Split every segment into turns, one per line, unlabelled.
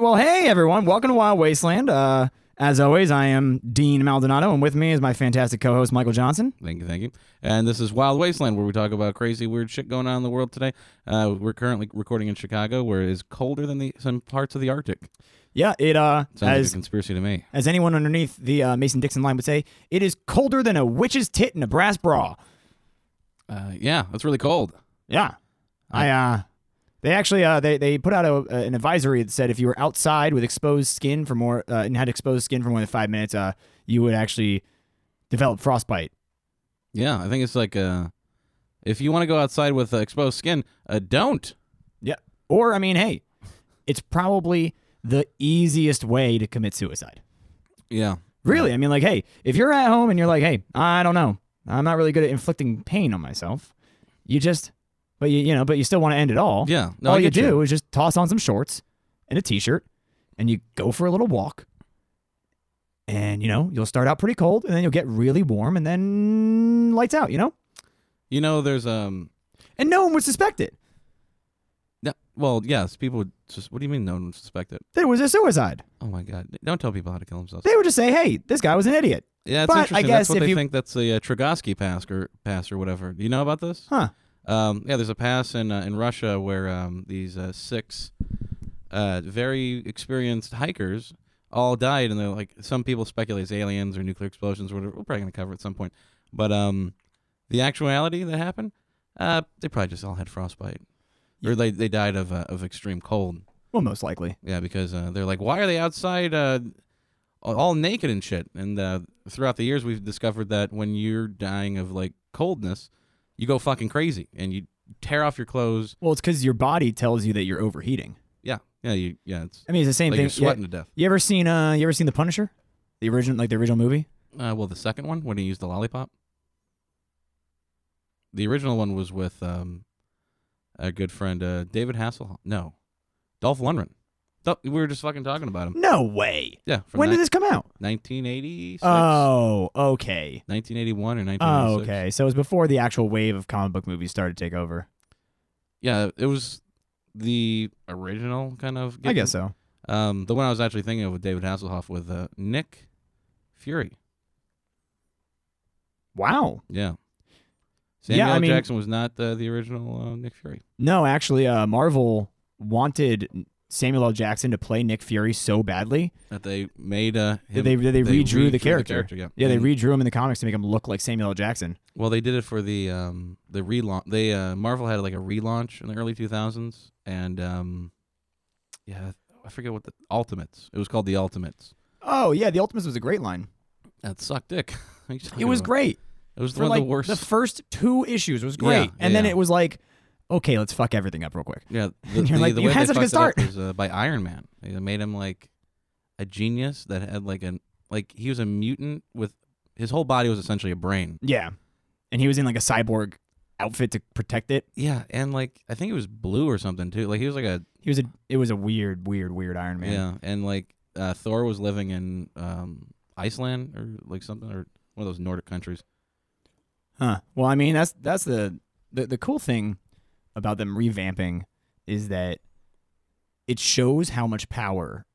Well, hey everyone, welcome to Wild Wasteland. Uh, as always, I am Dean Maldonado, and with me is my fantastic co-host Michael Johnson.
Thank you, thank you. And this is Wild Wasteland, where we talk about crazy, weird shit going on in the world today. Uh, we're currently recording in Chicago, where it is colder than the some parts of the Arctic.
Yeah, it uh,
Sounds like a
as
conspiracy to me.
as anyone underneath the uh, Mason Dixon line would say, it is colder than a witch's tit in a brass bra.
Uh, yeah, that's really cold.
Yeah, I uh, they actually uh, they they put out a, uh, an advisory that said if you were outside with exposed skin for more uh, and had exposed skin for more than five minutes, uh, you would actually develop frostbite.
Yeah, I think it's like uh, if you want to go outside with uh, exposed skin, uh, don't.
Yeah, or I mean, hey, it's probably the easiest way to commit suicide.
Yeah,
Really? I mean, like, hey, if you're at home and you're like, hey, I don't know, I'm not really good at inflicting pain on myself, you just, but you, you know, but you still want to end it all.
Yeah. No,
all
I
Oh, you
get
do
you.
is just toss on some shorts and a t-shirt, and you go for a little walk. And you know, you'll start out pretty cold, and then you'll get really warm, and then lights out. You know,
you know, there's um,
and no one would suspect it
no, well, yes, people would. Just, what do you mean no one would suspect it?
that it was a suicide.
Oh my god, don't tell people how to kill themselves.
They would just say, "Hey, this guy was an idiot."
Yeah, it's
But I
interesting.
guess
that's what
if
they
you-
think. That's the uh, Trigorsky pass or pass or whatever. Do you know about this?
Huh.
Um, yeah, there's a pass in uh, in Russia where um, these uh, six uh, very experienced hikers all died, and they're like some people speculate it's aliens or nuclear explosions or whatever. We're probably gonna cover it at some point, but um, the actuality that happened, uh, they probably just all had frostbite, or they they died of uh, of extreme cold.
Well, most likely.
Yeah, because uh, they're like, why are they outside uh, all naked and shit? And uh, throughout the years, we've discovered that when you're dying of like coldness, you go fucking crazy and you tear off your clothes.
Well, it's because your body tells you that you're overheating.
Yeah, yeah, you, yeah. It's
I mean, it's the same
like
thing.
you're
yeah.
sweating to death.
You ever seen uh you ever seen The Punisher? The original like the original movie?
Uh, well, the second one when he used the lollipop. The original one was with um, a good friend, uh, David Hasselhoff. No, Dolph Lundgren. Dol- we were just fucking talking about him.
No way.
Yeah, from
when
ni-
did this come out?
1986,
Oh, okay.
1981 or 1986.
Oh, okay. So it was before the actual wave of comic book movies started to take over.
Yeah, it was the original kind of.
I guess so.
Um, the one I was actually thinking of with David Hasselhoff with uh, Nick Fury.
Wow.
Yeah.
Yeah,
Samuel
I mean-
Jackson was not uh, the original uh, Nick Fury.
No, actually, uh, Marvel wanted Samuel L. Jackson to play Nick Fury so badly
That they made. Uh,
that
him,
they, that they, redrew, the character.
yeah.
Yeah, Mm-hmm. they
And-
redrew him in the comics to make him look like Samuel L. Jackson.
Well, they did it for the um the relaunch. They uh, Marvel had like a relaunch in the early 2000s, and um, yeah, I forget what the Ultimates. It was called the Ultimates.
Oh yeah, the Ultimates was a great line.
That sucked dick. What are you talking
It was
about?
great.
It was
for
one
like
of the worst.
first two issues was
Yeah,
great, and
yeah,
then
yeah.
it was like, okay, let's fuck everything up real quick.
Yeah, the,
And you're
the,
like,
the
"You
way
had
they
such a good
fucked it up
start."
was uh, by Iron Man. They made him like a genius that had like an like he was a mutant with his whole body was essentially a brain.
Yeah, and he was in like a cyborg outfit to protect it.
Yeah, and like I think it was blue or something too. Like he was like a
He was a it was a weird, weird, weird Iron Man.
yeah, and like uh, Thor was living in um, Iceland or like something or one of those Nordic countries.
Huh. Well, I mean, that's that's the, the the cool thing about them revamping is that it shows how much power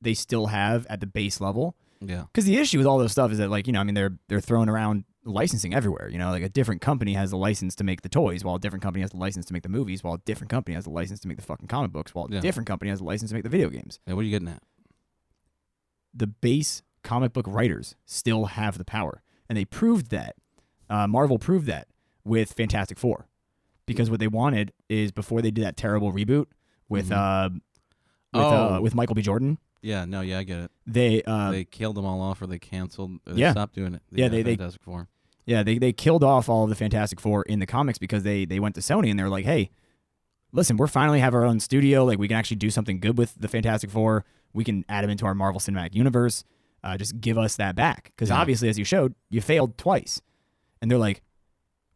they still have at the base level.
Yeah,
Because the issue with all this stuff is that, like, you know, I mean, they're they're throwing around licensing everywhere. You know, like a different company has the license to make the toys, while a different company has the license to make the movies, while a different company has the license to make the fucking comic books, while a
Yeah.
different company has the license to make the video games.
yeah. What are you getting at?
The base comic book writers still have the power, and they proved that. Uh, Marvel proved that with Fantastic Four, because what they wanted is before they did that terrible reboot with uh, with, uh,
Oh.
with Michael B. Jordan,
Yeah, no, yeah, I get it.
they uh,
they killed them all off, or they canceled. Or they
Yeah.
stopped doing it.
Yeah, they- they-
Fantastic Four.
Yeah, they, they killed off all of the Fantastic Four in the comics because they they went to Sony and they were like, hey, listen, we're finally have our own studio. Like we can actually do something good with the Fantastic Four. We can add them into our Marvel Cinematic Universe. Uh, just give us that back because
Yeah.
obviously, as you showed, you failed twice. And they're like,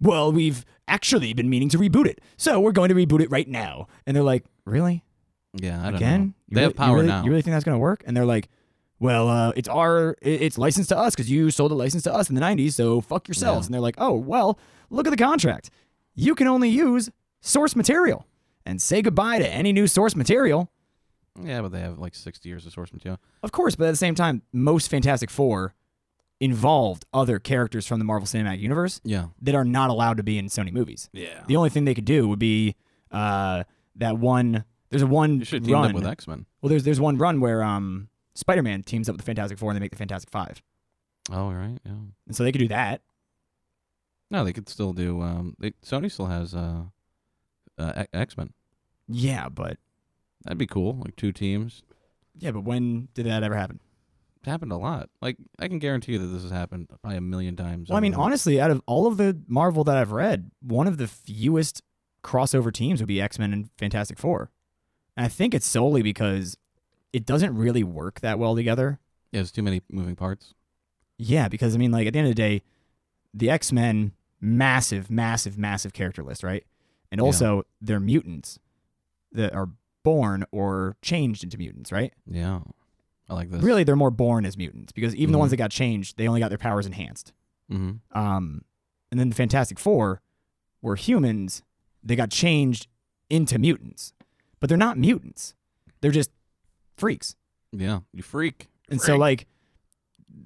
well, we've actually been meaning to reboot it, so we're going to reboot it right now. And they're like, really?
Yeah, I don't know.
Again? You
They
really-
have
you
power
really-
now.
You really think that's gonna work? And they're like. Well, uh, it's our, it- it's licensed to us because you sold a license to us in the '90s, so fuck yourselves.
Yeah.
And they're like, oh well, look at the contract. You can only use source material, and say goodbye to any new source material.
Yeah, but they have like 60 years of source material.
Of course, but at the same time, most Fantastic Four involved other characters from the Marvel Cinematic Universe
Yeah.
that are not allowed to be in Sony movies.
Yeah.
The only thing they could do would be uh, that one. There's a one
You should team
run.
up with X Men.
Well, there's there's one run where um, Spider-Man teams up with the Fantastic Four and they make the Fantastic Five,
Oh, right. Yeah.
and so they could do that.
No, they could still do. Um, they, Sony still has uh, uh X Men.
Yeah, but
That'd be cool. Like two teams.
yeah, but when did that ever happen?
It happened a lot. Like I can guarantee you that this has happened probably a million times.
Well, I
over
mean,
the-
honestly, out of all of the Marvel that I've read, one of the fewest crossover teams would be X Men and Fantastic Four. And I think it's solely because it doesn't really work that well together.
yeah, there's too many moving parts.
Yeah, because I mean, like at the end of the day, the X Men massive, massive, massive character list, right? And
Yeah.
also they're mutants that are born or changed into mutants, right?
Yeah, I like this.
Really, they're more born as mutants because even the
Mhm.
ones that got changed, they only got their powers enhanced.
Mm-hmm.
Um, and then the Fantastic Four were humans. They got changed into mutants, but they're not mutants. They're just freaks.
Yeah, you freak.
And so, like,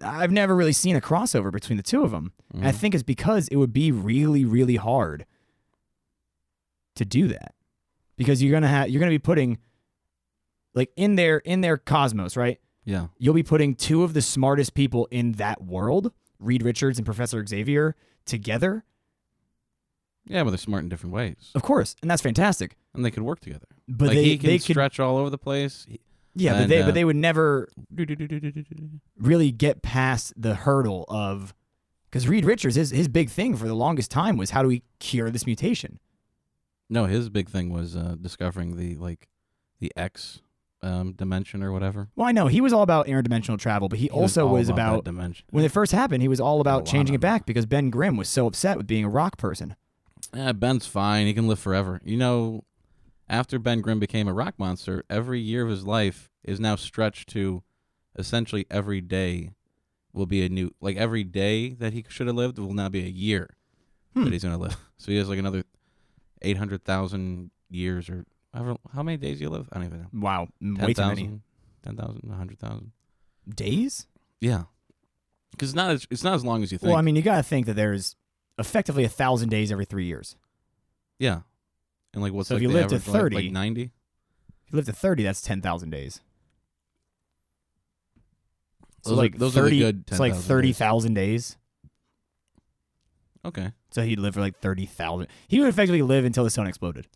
I've never really seen a crossover between the two of them. And I
Mhm.
think it's because it would be really, really hard to do that because you're gonna have you're gonna be putting like in their in their cosmos, right?
yeah,
you'll be putting two of the smartest people in that world, Reed Richards and Professor Xavier, together.
yeah, but they're smart in different ways,
Of course, and that's fantastic.
and they could work together.
But
like
they
he can
they could
stretch all over the place. He-
yeah, but
and,
they
uh,
but they would never
do-do-do-do-do-do-do.
really get past the hurdle of because Reed Richards his his big thing for the longest time was how do we cure this mutation?
No, his big thing was uh, discovering the like the X um, dimension or whatever.
Well, I know he was all about interdimensional travel, but he,
He
also
all
was
about, that
about
dimension.
when it first happened, he was all about
lot
changing it
of them.
back because Ben Grimm was so upset with being a rock person.
Yeah, Eh, Ben's fine. He can live forever. You know, after Ben Grimm became a rock monster, every year of his life is now stretched to essentially every day will be a new like every day that he should have lived will now be a year
Hmm.
that he's gonna live. So he has like another eight hundred thousand years or however how many days do you live? I don't even know.
Wow, way
Ten
too many
thousand. Ten thousand, a hundred thousand.
days.
Yeah. Because it's not as it's not as long as you think.
Well, I mean, you got to think that there's effectively a thousand days every three years.
yeah. And like what's
So if
like
you
the
live to
average life?
30
like ninety?
If you live to 30, that's 10,000 days. So
Those are-
like
those are the
30,
good
it's like
10,000 days.
30,000 days.
Okay.
So he'd live for like 30,000. He would effectively live until the sun exploded.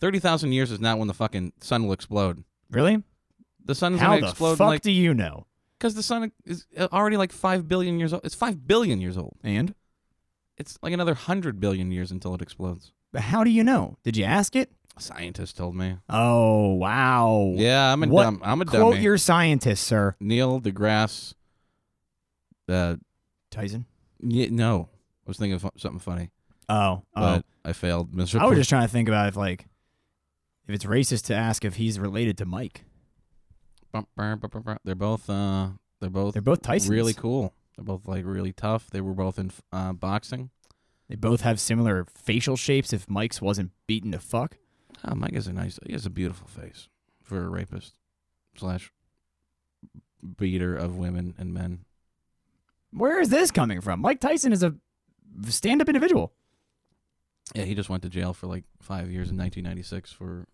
Thirty thousand years is not when the fucking sun will explode.
Really?
The sun's
How
gonna
the
explode in
fuck
like
do you know?
because the sun is uh, already like five billion years old. It's five billion years old.
And
It's like another hundred billion years until it explodes.
how do you know? Did you ask it?
A scientist told me.
Oh, wow.
Yeah, I'm a
What-
dumb. I'm a
Quote
dummy.
your scientist, sir.
Neil deGrasse. Uh,
Tyson.
y- no, I was thinking of fu- something funny,
Oh, oh.
but I failed
I
miserably.
was just trying to think about if like if it's racist to ask if he's related to Mike.
Bum, bum, bum, bum, bum. They're both. Uh, they're both.
They're both Tysons.
really cool. They're both like really tough. They were both in uh, boxing.
They both have similar facial shapes if Mike's wasn't beaten to fuck.
Oh, Mike has a nice. He has a beautiful face for a rapist slash beater of women and men.
Where is this coming from? Mike Tyson is a stand up individual.
Yeah, he just went to jail for like five years in 1996 for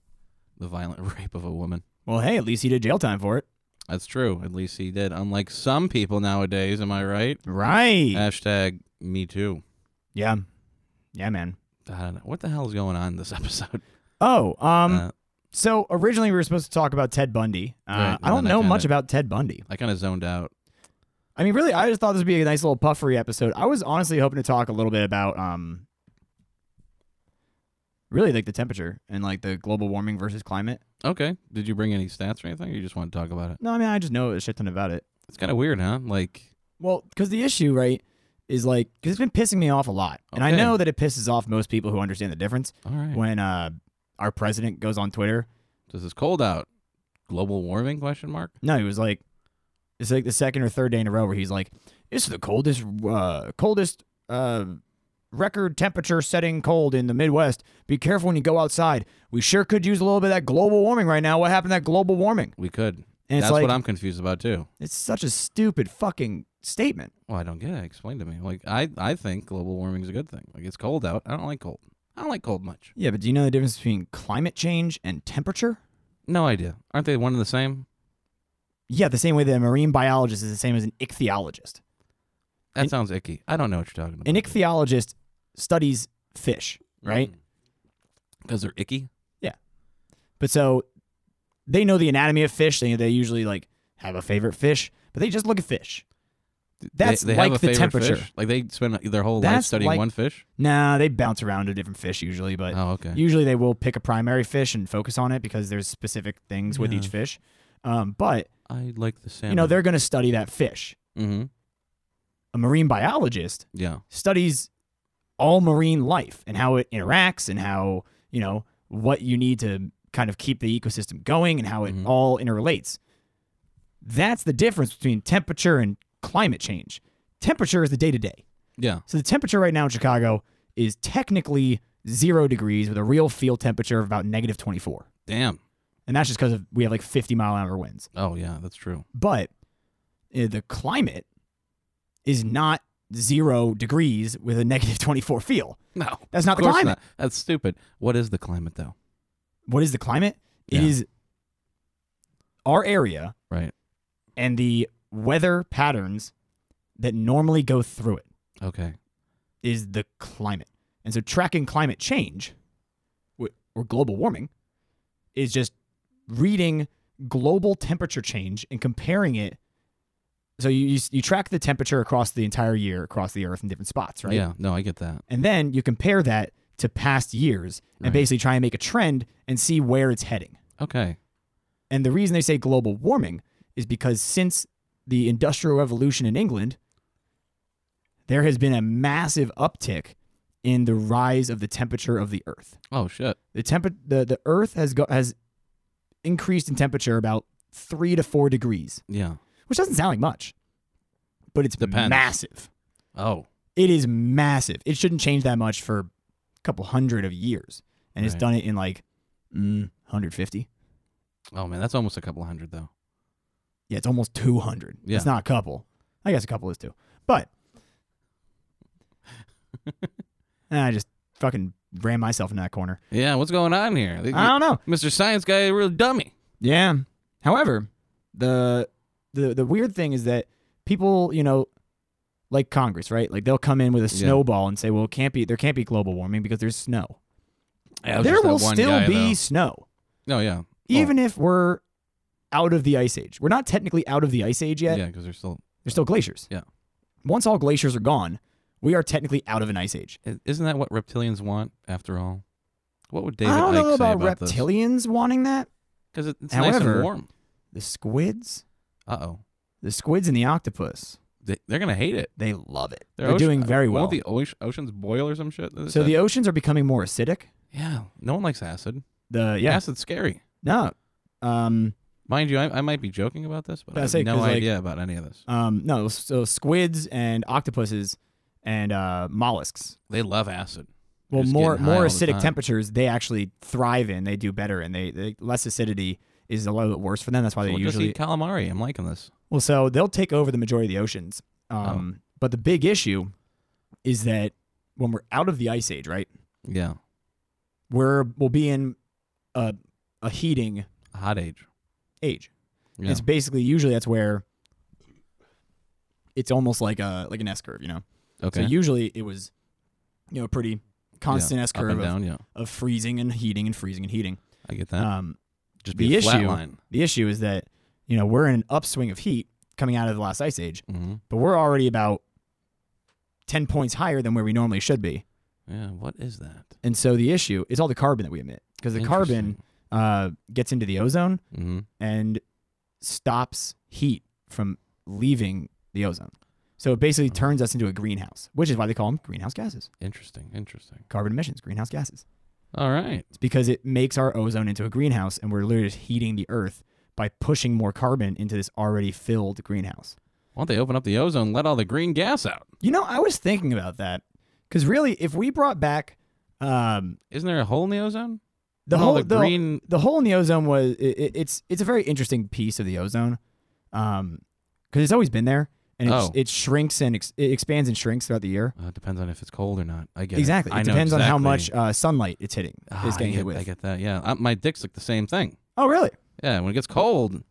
the violent rape of a woman.
Well, hey, at least he did jail time for it.
That's true. At least he did. Unlike some people nowadays, am I right?
Right.
Uh, Hashtag me too.
yeah. Yeah, man.
I don't know. What the hell is going on in this episode?
Oh, um,
Uh,
so originally we were supposed to talk about Ted Bundy. Uh,
Right,
I
and
don't
then I
know
kinda-
much about Ted Bundy.
I kind of zoned out.
I mean, really, I just thought this would be a nice little puffery episode. I was honestly hoping to talk a little bit about, um, really like the temperature and like the global warming versus climate.
Okay. Did you bring any stats or anything? Or you just want to talk about it?
No, I mean, I just know a shit ton about it.
It's kind of weird, huh? Like,
Well, because the issue, right, is like because it's been pissing me off a lot, and I
Okay.
know that it pisses off most people who understand the difference
all right.
when uh, our president goes on Twitter.
Does this cold out? Global warming? Question mark.
No, he was like, it's like the second or third day in a row where he's like, "It's the coldest, uh, coldest uh, record temperature setting cold in the Midwest. Be careful when you go outside. We sure could use a little bit of that global warming right now. What happened to that global warming?
We could.
And it's
That's
like-
what I'm confused about too.
It's such a stupid fucking statement.
Well, I don't get it. Explain to me. Like I, I think global warming's a good thing. Like it's cold out. I don't like cold. I don't like cold much.
Yeah, but do you know the difference between climate change and temperature?
No idea. Aren't they one and the same?
Yeah, the same way that a marine biologist is the same as an ichthyologist.
That
An-
sounds icky. I don't know what you're talking about.
An ichthyologist studies fish, right?
Because Mm. they're icky.
But so they know the anatomy of fish. They they usually like have a favorite fish, but they just look at fish. That's
they, they
like
have a
the
favorite
temperature.
Fish. Like they spend their whole life
That's
studying
like-
one fish.
Nah, they bounce around to different fish usually, but
Oh, okay.
usually they will pick a primary fish and focus on it because there's specific things with
Yeah.
each fish. Um, but
I like the salmon.
you know they're going to study that fish.
Mm-hmm.
A marine biologist
Yeah.
studies all marine life and how it interacts and how you know what you need to kind of keep the ecosystem going and how it
Mhm.
all interrelates that's the difference between temperature and climate change temperature is the day to day
Yeah.
so the temperature right now in chicago is technically zero degrees with a real field temperature of about negative 24
Damn.
and that's just because we have like 50 mile an hour winds
Oh yeah, that's true.
but uh, the climate is not zero degrees with a negative 24 feel
No.
that's not
Of
the
course
climate
not. That's stupid. What is the climate though?
what is the climate? It
Yeah.
is our area
Right.
and the weather patterns that normally go through it
Okay.
is the climate. And so tracking climate change wh- or global warming is just reading global temperature change and comparing it. So you, you, s- you track the temperature across the entire year, across the earth in different spots, right?
Yeah. No, I get that.
And then you compare that to past years and
Right.
basically try and make a trend and see where it's heading.
Okay.
And the reason they say global warming is because since the Industrial Revolution in England, there has been a massive uptick in the rise of the temperature of the Earth.
Oh shit.
The temp- the, the Earth has go- has increased in temperature about three to four degrees,
Yeah.
which doesn't sound like much, but it's
Depends.
massive.
Oh.
It is massive. It shouldn't change that much for a couple hundred of years, and it's
Right.
done it in like mm, 150.
Oh man, that's almost a couple hundred though.
Yeah, it's almost 200.
Yeah.
It's not a couple. I guess a couple is too. But and I just fucking ran myself in that corner.
Yeah. What's going on here?
I don't know.
Mr. Science Guy, a real dummy.
Yeah. However, the the the weird thing is that people, you know, like Congress, right? Like they'll come in with a
Yeah.
snowball and say, "Well, it can't be there can't be global warming because there's snow."
Yeah, it was
There
just that
will
one
still
guy,
be
though.
snow
No, Oh, yeah.
even if we're out of the ice age. We're not technically out of the ice age
Yeah,
yet.
because there's still.
There's still glaciers.
Yeah.
Once all glaciers are gone, we are technically out of an ice age.
i- Isn't that what reptilians want after all? What would David
I don't
Icke
know
say
about,
about this?
reptilians wanting that.
Because it, it's nice
However-
and warm.
The squids,
Uh oh.
the squids and the octopus,
They, they're gonna hate it.
they love it.
Their
They're
ocean-
doing very well.
won't the oce- oceans boil or some shit?
so the oceans are becoming more acidic.
yeah, no one likes acid.
The yeah,
acid's scary.
no, um,
Mind you, I, I might be joking about this, but I
I
have
say,
no
'cause, like-
idea about any of this.
um, no. So squids and octopuses and uh, mollusks.
They love acid. They're
Well,
just
more
getting high
more
all the
acidic
time.
temperatures they actually thrive in. They do better, and they, they less acidity is a little bit worse for them. That's why they
Well,
usually
just eat calamari. I'm liking this.
Well, so they'll take over the majority of the oceans.
Oh.
Um, But the big issue is that when we're out of the ice age, right,
Yeah,
we're we'll be in a a heating
a hot age.
age. And
Yeah.
It's basically usually that's where it's almost like a like an S curve, you know.
okay.
So usually it was, you know, a pretty constant S
Up and
curve of,
down. Yeah,
of freezing and heating and freezing and heating.
I get that.
Um,
Just be
the
a flat
issue-
line.
the issue is that you know we're in an upswing of heat coming out of the last ice age,
Mm-hmm.
but we're already about 10 points higher than where we normally should be.
Yeah. What is that?
And so the issue is all the carbon that we emit because the carbon uh, gets into the ozone
Mm-hmm.
and stops heat from leaving the ozone. So it basically turns us into a greenhouse, which is why they call them greenhouse gases,
Interesting. Interesting.
carbon emissions, greenhouse gases.
All right.
It's because it makes our ozone into a greenhouse and we're literally just heating the earth by pushing more carbon into this already filled greenhouse.
Why don't they open up the ozone, let all the green gas out?
You know, I was thinking about that Because really, if we brought back um,
Isn't there a hole in the ozone?
the
No,
whole
the
the,
green-
the hole in the ozone was i i- it's it's a very interesting piece of the ozone, um, because it's always been there and it's,
Oh.
it shrinks and ex- it expands and shrinks throughout the year.
Uh, it depends on if it's cold or not. I get it.
exactly, it
I know
depends on how
exactly.
much uh, sunlight it's hitting.
Ah,
it's
I
getting
get-
hit with.
I get that. Yeah, Uh my dick's like the same thing.
Oh, really?
Yeah, when it gets cold,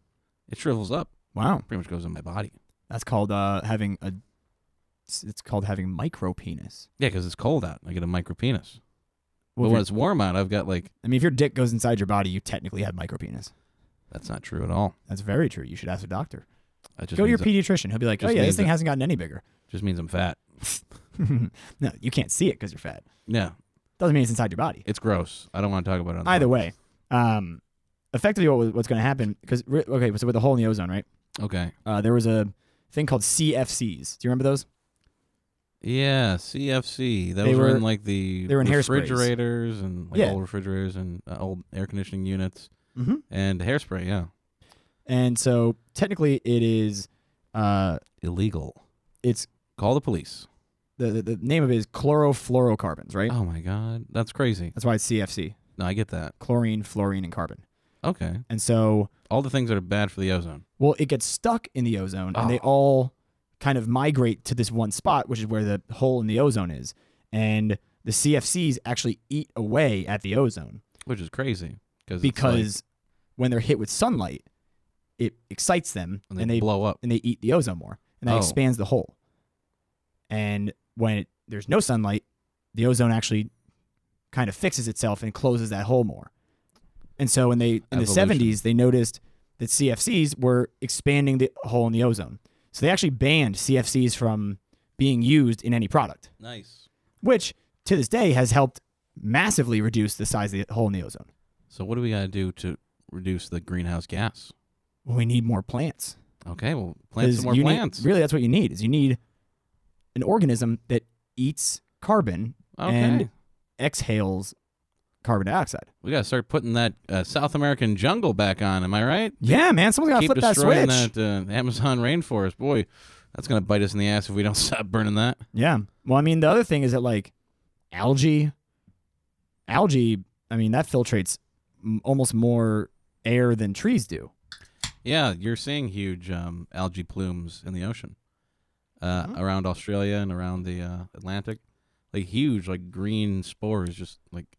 it shrivels up.
Wow,
Pretty much goes in my body.
that's called uh, having a. It's, it's called having micro penis.
Yeah, because it's cold out. I get a micro penis. But when it's warm out, I've got like
I mean, if your dick goes inside your body, you technically have micro penis.
that's not true at all.
That's very true. You should ask a doctor.
That just
Go to your
means
pediatrician. He'll be like, "Oh
just
yeah, this
means
thing
that-
hasn't gotten any bigger."
just means I'm fat.
no, you can't see it because you're fat.
Yeah,
Doesn't mean it's inside your body.
it's gross. I don't want to talk about it. On the
either
podcast.
way, um, effectively what, what's going to happen because okay, so with the hole in the ozone, right?
Okay.
Uh, there was a thing called CFCs. Do you remember those?
Yeah, CFC. Those
They
were,
were-
in like the
they were in hairsprays.
refrigerators and like
Yeah.
old refrigerators and uh, old air conditioning units
Mm-hmm.
and hairspray. Yeah,
And so technically, it is uh,
illegal.
it's
Call the police.
the, the the name of it is chlorofluorocarbons, right?
Oh my god, that's crazy.
That's why it's CFC:
No, I get that.
chlorine, fluorine, and carbon.
Okay,
And so,
all the things that are bad for the ozone.
well, it gets stuck in the ozone, and they
Oh.
all kind of migrate to this one spot, which is where the hole in the ozone is, and the CFCs actually eat away at the ozone.
which is crazy cause it's like-
because when they're hit with sunlight, it excites them
and
and they, and
they,
they,
blow up.
eat the ozone more, and that
Oh.
expands the hole. And when it, there's no sunlight, the ozone actually kind of fixes itself and closes that hole more. And so when they in the
Evolution.
70s they noticed that CFCs were expanding the hole in the ozone. So they actually banned CFCs from being used in any product,
Nice.
which to this day has helped massively reduce the size of the hole in the ozone.
So what do we got to do to reduce the greenhouse gas?
We need more plants.
Okay, well, plant some
Because
more
you need-
plants.
really, that's what you need. Is you need an organism that eats carbon
okay,
and- exhales carbon dioxide.
we got to start putting that uh, South American jungle back on. Am I right?
Yeah, man, someone's gotta
Keep
flip that switch.
destroying that, uh, Amazon rainforest, boy. That's gonna bite us in the ass if we don't stop burning that.
Yeah. Well, I mean, the other thing is that like algae, algae. I mean, that filtrates m- almost more air than trees do.
Yeah, you're seeing huge um, algae plumes in the ocean uh,
Mhm.
around Australia and around the uh, Atlantic. Like huge, like green spores, just like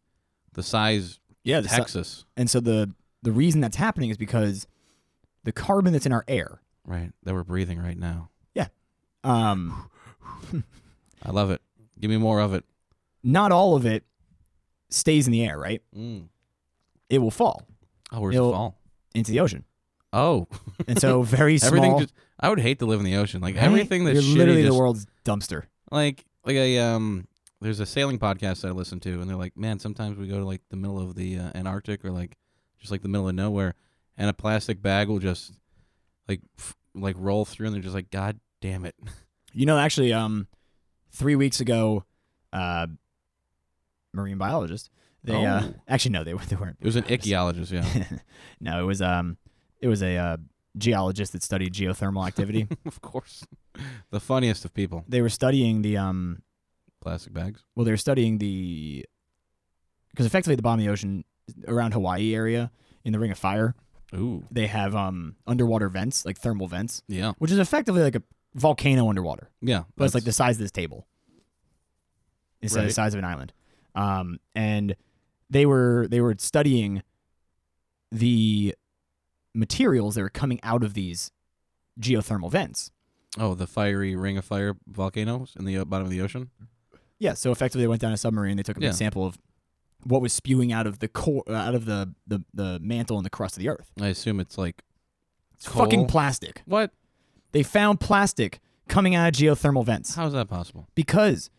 the size
Yeah,
Texas.
and so the the reason that's happening is because the carbon that's in our air.
Right, that we're breathing right now.
Um,
I love it. Give me more of it.
not all of it stays in the air, right?
Mm.
It will fall
Oh, where's
It'll-
the fall?
into the ocean.
Oh,
And so very small.
everything. Just, I would hate to live in the ocean. Like
Right?
everything that's
You're
shitty
literally
just-
the world's dumpster.
Like like a um. There's a sailing podcast that I listen to, and they're like, man, sometimes we go to like the middle of the uh, Antarctic or like just like the middle of nowhere, and a plastic bag will just like f- like roll through, and they're just like, God damn it.
You know, actually, um, three weeks ago, uh, marine biologist. They uh,
Oh.
actually no, they were they weren't.
It was an ichthyologist, yeah.
no, it was um, it was a uh, geologist that studied geothermal activity.
of course, the funniest of people.
they were studying the um,
Plastic bags.
well, they were studying the because effectively the bottom of the ocean around Hawaii area in the Ring of Fire,
Ooh,
they have um underwater vents like thermal vents,
yeah,
which is effectively like a volcano underwater.
yeah.
but it's like
that's-
the size of this table instead of
Right.
the size of an island um, and they were they were studying the materials that were coming out of these geothermal vents
Oh, the fiery ring of fire volcanoes in the uh, bottom of the ocean.
yeah so effectively they went down a submarine they took a big
Yeah.
sample of what was spewing out of the core uh, out of the, the the mantle and the crust of the earth
I assume it's like
it's fucking
Coal.
plastic
what?
they found plastic coming out of geothermal vents
How is that possible?
because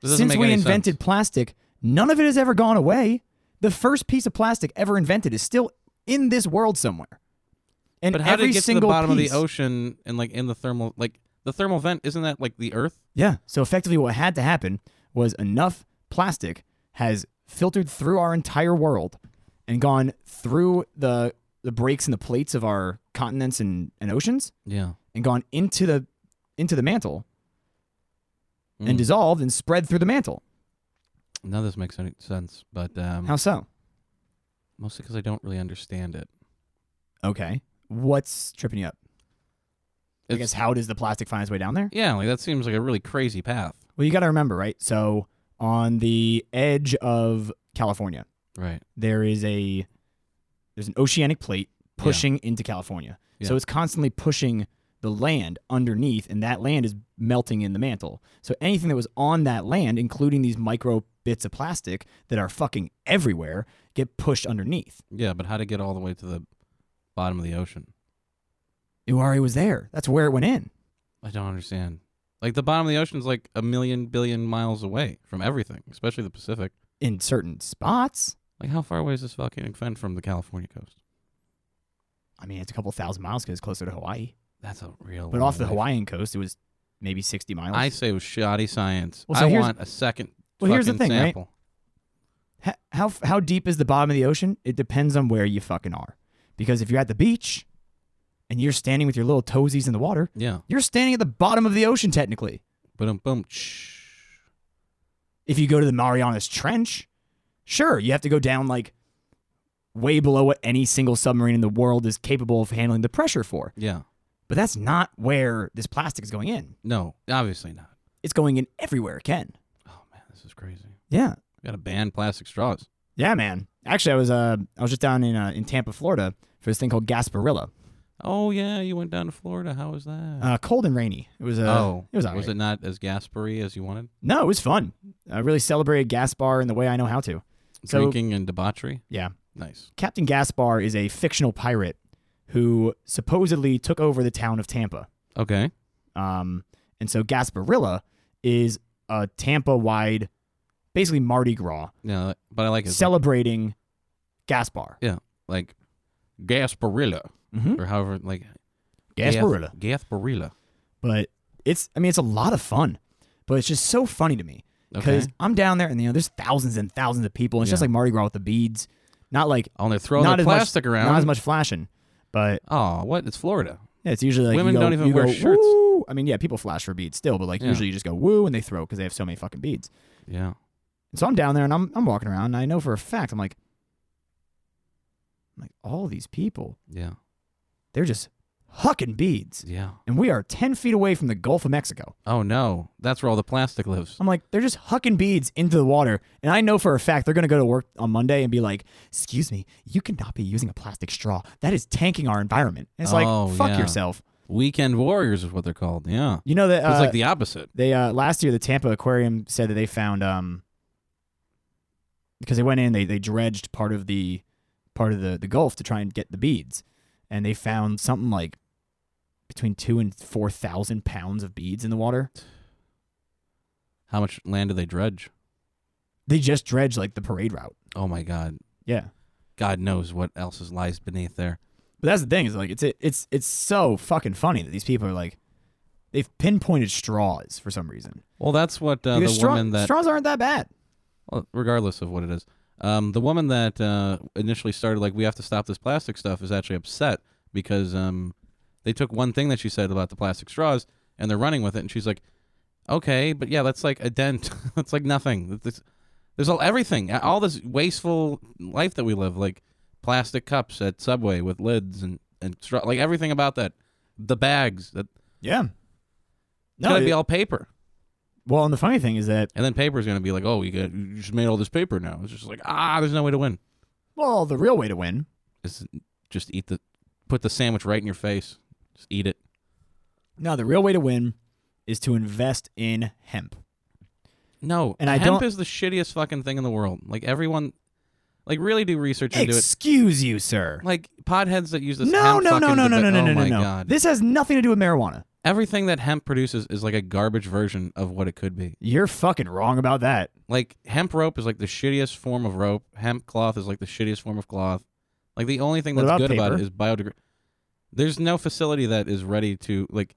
This doesn't
since
make
we
any
invented plastic, none of it has ever gone away. The first piece of plastic ever invented is still in this world somewhere. And
sense. but how
every
did it get to the
single
bottom
piece-
of the ocean and like in the thermal like the thermal vent isn't that like the Earth?
Yeah. So effectively, what had to happen was enough plastic has filtered through our entire world and gone through the the breaks in the plates of our continents and, and oceans
Yeah.
and gone into the into the mantle and
Mm.
dissolved and spread through the mantle.
None of this makes any sense, but um,
How so?
mostly because I don't really understand it.
Okay. What's tripping you up? I guess how does the plastic find its way down there?
yeah, like that seems like a really crazy path.
Well, you got to remember, right? So on the edge of California,
Right.
there is a there's an oceanic plate
Yeah.
pushing into California. So
Yeah.
it's constantly pushing the land underneath and that land is melting in the mantle. So anything that was on that land, including these micro bits of plastic that are fucking everywhere, get pushed underneath.
Yeah, but how to get all the way to the bottom of the ocean?
It already was there. That's where it went in.
I don't understand. Like the bottom of the ocean's like a million billion miles away from everything, especially the Pacific.
In certain spots.
Like how far away is this volcanic vent from the California coast?
I mean, it's a couple thousand miles because it's closer to Hawaii.
That's a real.
But
long
off the
way.
Hawaiian coast, it was maybe 60 miles.
I say it was shoddy science.
Well, so
I
here's-
want a second.
Well, here's the
fucking
thing, right?
sample.
H- how f- how deep is the bottom of the ocean? It depends on where you fucking are. Because if you're at the beach and you're standing with your little toesies in the water,
Yeah.
you're standing at the bottom of the ocean technically.
But um, boom. Shh.
If you go to the Marianas Trench, sure, you have to go down like way below what any single submarine in the world is capable of handling the pressure for.
Yeah.
But that's not where this plastic is going in.
No, obviously not.
It's going in everywhere it can.
Oh man, this is crazy. We
Yeah.
gotta ban plastic straws.
Yeah, man. Actually, I was uh I was just down in uh, in Tampa, Florida for this thing called Gasparilla.
Oh yeah, you went down to Florida. How was that?
Uh, cold and rainy. It was uh,
oh,
it was all
was
right.
it not as gaspery as you wanted?
No, it was fun. I really celebrated Gaspar in the way I know how to. So-
Drinking and debauchery.
Yeah.
Nice.
Captain Gaspar is a fictional pirate who supposedly took over the town of Tampa.
Okay.
Um, and so Gasparilla is a Tampa wide, basically Mardi Gras,
Yeah, but I like it.
celebrating Gaspar.
yeah, like Gasparilla
Mm-hmm.
or however, like
Gasparilla.
Gath- Gasparilla.
But it's, I mean, it's a lot of fun, but it's just so funny to me
Okay.
because I'm down there and, you know, there's thousands and thousands of people. And it's just
Yeah.
like Mardi Gras with the beads, not like,
Oh, they're throwing
not
their
as much-
plastic around.
not as much flashing, but
Oh, what? It's Florida.
Yeah, it's usually like
Women
you go-
don't even
you
wear
go,
shirts.
Woo! I mean, yeah, people flash for beads still, but like
Yeah.
usually you just go woo and they throw because they have so many fucking beads.
Yeah.
And so I'm down there and I'm I'm walking around and I know for a fact I'm like, I'm like all these people
Yeah.
they're just hucking beads,
Yeah.
and we are ten feet away from the Gulf of Mexico.
Oh no, that's where all the plastic lives.
I'm like, they're just hucking beads into the water, and I know for a fact they're gonna go to work on Monday and be like, "Excuse me, you cannot be using a plastic straw. That is tanking our environment." And it's
Oh,
like, fuck
yeah.
yourself.
Weekend warriors is what they're called. Yeah.
You know that
It's
uh,
like the opposite.
They uh, last year the Tampa Aquarium said that they found um because they went in they they dredged part of the part of the the Gulf to try and get the beads, and they found something like between two and four thousand pounds of beads in the water.
How much land do they dredge?
They just dredged like the parade route.
Oh my God.
Yeah,
God knows what else is lies beneath there.
but that's the thing is like it's it's it's so fucking funny that these people are like they've pinpointed straws for some reason.
Well, that's what uh, the
Because straw-
woman that,
straws aren't that bad.
well, regardless of what it is, um, the woman that uh, initially started like we have to stop this plastic stuff is actually upset because um, they took one thing that she said about the plastic straws and they're running with it, and she's like, okay, but yeah, that's like a dent. that's like nothing. That's- that's- There's all everything, all this wasteful life that we live, like plastic cups at Subway with lids and and straw, like everything about that, the bags that
Yeah.
no,
No,
gotta
it-
be all paper.
well, and the funny thing is that
And then paper's going to be like, oh, you, got, you just made all this paper now. It's just like, ah, there's no way to win.
well, the real way to win
Is just eat the, put the sandwich right in your face. Just eat it.
No, the real way to win is to invest in hemp.
No,
And I
hemp
don't-
is the shittiest fucking thing in the world. Like everyone, like really do research into it.
Excuse you, sir.
Like podheads that use this.
No,
hemp
no, no,
fucking
no, no, no,
deba-
no,
oh
no, no,
my
no.
God.
This has nothing to do with marijuana.
Everything that hemp produces is like a garbage version of what it could be.
You're fucking wrong about that.
Like hemp rope is like the shittiest form of rope. Hemp cloth is like the shittiest form of cloth. Like the only thing
What
that's
about
good about it
paper?
is biodegradable. There's no facility that is ready to like.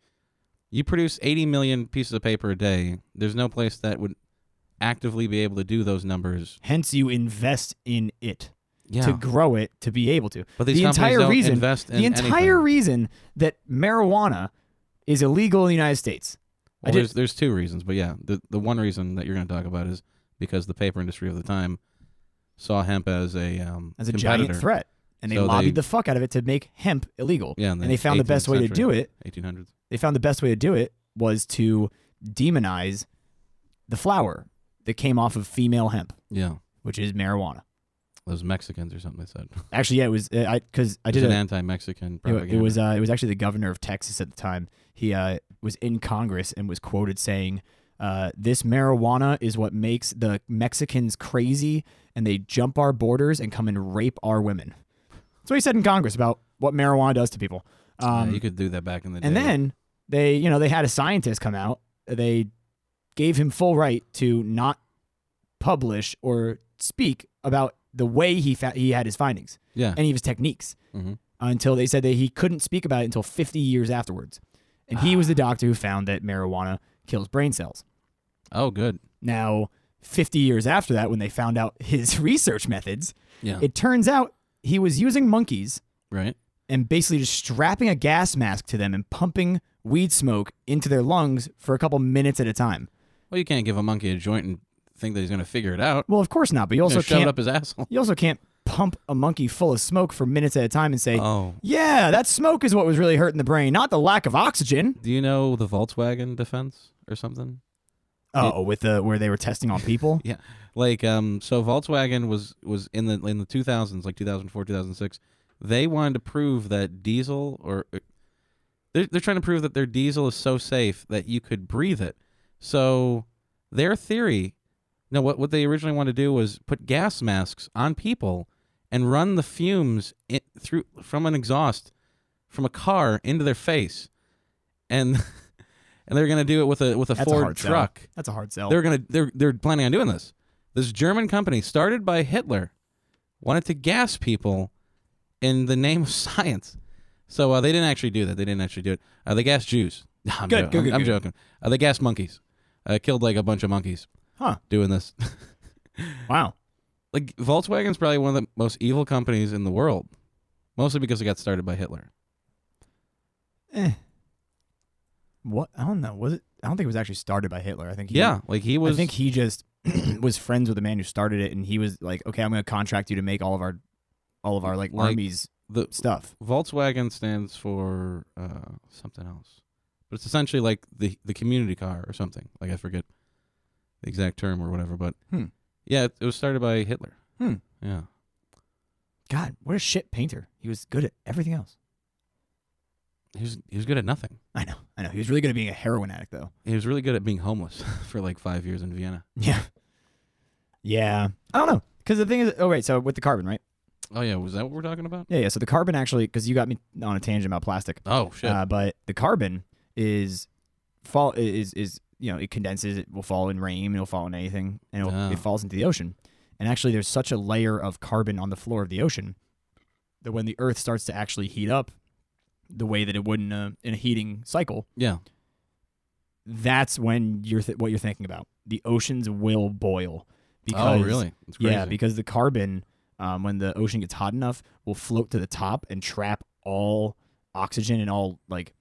You produce 80 million pieces of paper a day. There's no place that would actively be able to do those numbers.
Hence, you invest in it
Yeah,
to grow it to be able to.
but these
the
companies
entire
don't
reason,
invest in
the entire
anything.
reason that marijuana is illegal in the United States I
Well,
did-
there's there's two reasons, but yeah, the the one reason that you're going to talk about is because the paper industry of the time saw hemp as a um,
as a
competitor.
giant threat, and they
So
lobbied
they-
the fuck out of it to make hemp illegal.
Yeah, in the
and they found the best
18th
way to do
century.
it.
1800s.
They found the best way to do it was to demonize the flower that came off of female hemp,
Yeah,
which is marijuana.
those Mexicans or something they said.
Actually, yeah, it was uh, I because I
It's
did
an
a,
anti-Mexican
It wa-
propaganda.
It was uh, it was actually the governor of Texas at the time. He uh, was in Congress and was quoted saying, uh, "This marijuana is what makes the Mexicans crazy, and they jump our borders and come and rape our women." That's what he said in Congress about what marijuana does to people.
Yeah,
Um,
you could do that back in the day.
and then they, you know, they had a scientist come out. They gave him full right to not publish or speak about the way he fa- he had his findings,
yeah,
any of his techniques
mhm.
until they said that he couldn't speak about it until 50 years afterwards. And he was the doctor who found that marijuana kills brain cells.
oh good,
Now, 50 years after that, when they found out his research methods,
yeah,
it turns out he was using monkeys
right,
and basically just strapping a gas mask to them and pumping weed smoke into their lungs for a couple minutes at a time.
Well, you can't give a monkey a joint and think that he's going to figure it out.
Well, of course not, but you also
He's gonna shove it
can't
up his asshole.
you also can't pump a monkey full of smoke for minutes at a time and say,
Oh,
"Yeah, that smoke is what was really hurting the brain, not the lack of oxygen."
do you know the Volkswagen defense or something?
Oh, with the where they were testing on people.
Yeah, like um, so Volkswagen was was in the in the two thousands, like two thousand four, two thousand six. They wanted to prove that diesel or uh, they're they're trying to prove that their diesel is so safe that you could breathe it. So their theory, no, what what they originally wanted to do was put gas masks on people and run the fumes in, through from an exhaust from a car into their face, and. And they're gonna do it with a with a
That's a
Ford
hard sell.
truck.
That's a hard sell.
They're gonna they're they're planning on doing this. This German company started by Hitler wanted to gas people in the name of science. So uh, they didn't actually do that. They didn't actually do it. Uh, they gassed Jews. No, I'm,
Good, good,
jo- I'm,
good,
I'm
good.
joking. Uh, they gassed monkeys. Uh, killed like a bunch of monkeys.
Huh.
Doing this.
wow.
like Volkswagen's probably one of the most evil companies in the world, mostly because it got started by Hitler.
Eh. What? I don't know. Was it? I don't think it was actually started by Hitler. I think he,
yeah, like he was.
I think he just was friends with the man who started it, and he was like, "Okay, I'm going to contract you to make all of our, all of our like,
Like-
armies
the
stuff."
Volkswagen stands for uh, something else, but it's essentially like the the community car or something. Like I forget the exact term or whatever, but
Hmm.
yeah, it, it was started by Hitler.
Hmm.
Yeah,
God, what a shit painter. He was good at everything else.
he was he was good at nothing.
I know. I know. He was really good at being a heroin addict, though.
He was really good at being homeless for like five years in Vienna.
Yeah. Yeah. I don't know. Because the thing is, oh wait, so with the carbon, right?
Oh yeah, was that what we're talking about?
Yeah, yeah. So the carbon actually, because you got me on a tangent about plastic.
Oh shit.
Uh, but the carbon is fall is is you know it condenses. It will fall in rain. It'll fall in anything, and it'll,
Oh.
it falls into the ocean. And actually, there's such a layer of carbon on the floor of the ocean that when the Earth starts to actually heat up, the way that it would in a in a heating cycle,
yeah.
that's when you're th- what you're thinking about. The oceans will boil because
oh really? It's crazy.
yeah, because the carbon, um, when the ocean gets hot enough, will float to the top and trap all oxygen and all like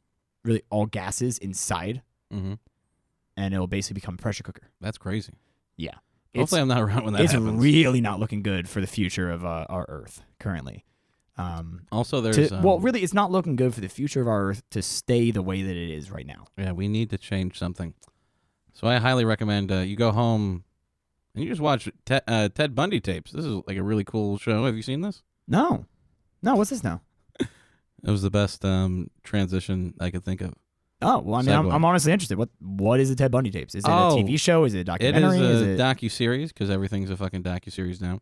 really all gases inside,
hmm
and it'll basically become a pressure cooker.
That's crazy.
Yeah, it's,
Hopefully, I'm not around when that
it's
happens.
really not looking good for the future of uh, our Earth currently. Um,
also,
to-
there's um,
well, really, it's not looking good for the future of our Earth to stay the way that it is right now.
Yeah, we need to change something. So I highly recommend uh, you go home and you just watch Te- uh, Ted Bundy tapes. This is like a really cool show. Have you seen this?
No, no, what's this now?
It was the best um, transition I could think of.
Oh well, I mean, I'm,
Segway.
I'm honestly interested. What what is the Ted Bundy tapes? Is it
Oh.
a TV show? Is it a
It is
documentary? is
a
it
docu series because everything's a fucking docu series now.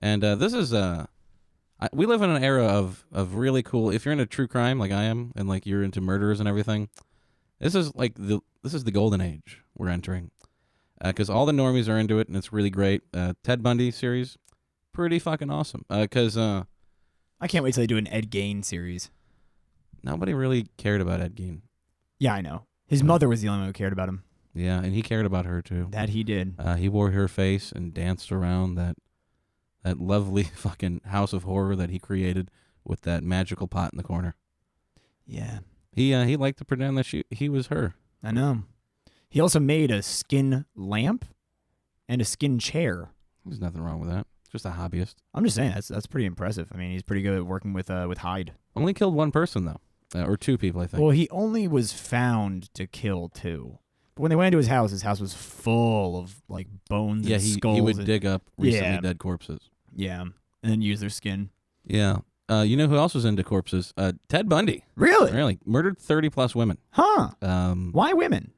And uh, this is uh, I, we live in an era of of really cool. If you're into true crime like I am, and like you're into murders and everything, this is like the this is the golden age we're entering. Because all the normies are into it, and it's really great. Uh, Ted Bundy series, pretty fucking awesome. Because uh,
I can't wait till they do an Ed Gain series.
nobody really cared about Ed Gein.
Yeah, I know. His mother was the only one who cared about him.
Yeah, and he cared about her too.
That he did.
Uh, he wore her face and danced around that that lovely fucking house of horror that he created with that magical pot in the corner.
Yeah,
He uh, he liked to pretend that she he was her.
I know. He also made a skin lamp and a skin chair.
There's nothing wrong with that. Just a hobbyist.
I'm just saying that's that's pretty impressive. I mean, he's pretty good at working with uh, with hide.
Only killed one person though, uh, or two people, I think.
Well, he only was found to kill two. But when they went into his house, his house was full of like bones
yeah,
and
he,
skulls.
he would
and-
dig up recently
Yeah.
dead corpses.
yeah, and then use their skin.
Yeah. Uh, you know who else was into corpses? Uh, Ted Bundy.
Really?
Really murdered thirty plus women.
Huh?
Um,
Why women?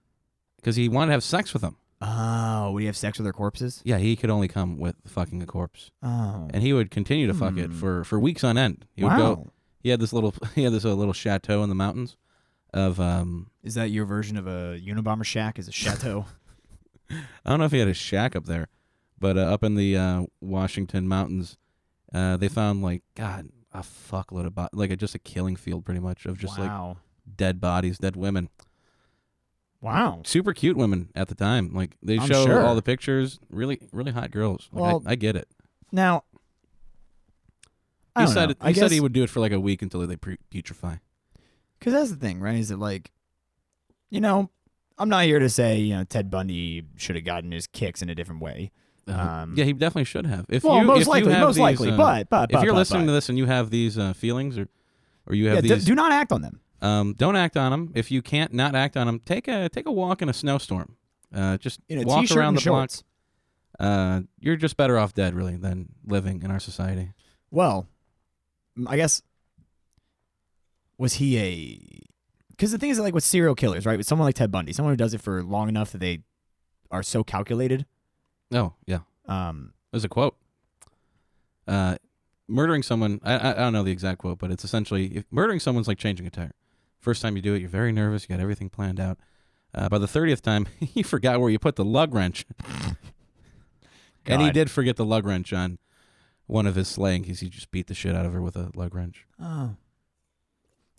because he wanted to have sex with them.
Oh, would he have sex with their corpses?
Yeah, he could only come with fucking a corpse,
Oh,
and he would continue to fuck it
Hmm.
for, for weeks on end. He would
wow.
go. He had this little he had this uh, little chateau in the mountains, of um
Is that your version of a Unabomber shack? Is a chateau?
I don't know if he had a shack up there, but uh, up in the uh, Washington mountains, uh, they found like God a fuckload of bo- like a, just a killing field pretty much of just like
wow.
dead bodies, dead women,
wow.
super cute women at the time. Like they
I'm
show
sure.
all the pictures, really really hot girls. Like,
Well,
I, I get it.
Now, I
He
don't
said
know.
he
I
said he
guess-
would do it for like a week until they pre- putrefy.
Because that's the thing, right? Is that like, you know, I'm not here to say you know Ted Bundy should have gotten his kicks in a different way.
Uh,
Um,
yeah, he definitely should have. If
well,
you,
most
if you
likely,
have
most
these,
likely.
uh,
but but
if you're listening to this and you have these uh, feelings or or you have
yeah, d-
these
do not act on them.
Um, don't act on them. If you can't not act on them, take a take a walk in a snowstorm. Uh, just
In a
walk
t-shirt
around
and
the block.
shorts.
Uh, you're just better off dead, really, than living in our society.
Well, m- I guess was he a? Because the thing is, like with serial killers, right? With someone like Ted Bundy, someone who does it for long enough that they are so calculated.
Oh yeah,
Um,
there's a quote. Uh, murdering someone. I, I I don't know the exact quote, but it's essentially if murdering someone's like changing a tire. First time you do it, you're very nervous. You got everything planned out. Uh, by the thirtieth time, you forgot where you put the lug wrench, and he
God.
did forget the lug wrench on one of his slaying. He just beat the shit out of her with a lug wrench.
Oh,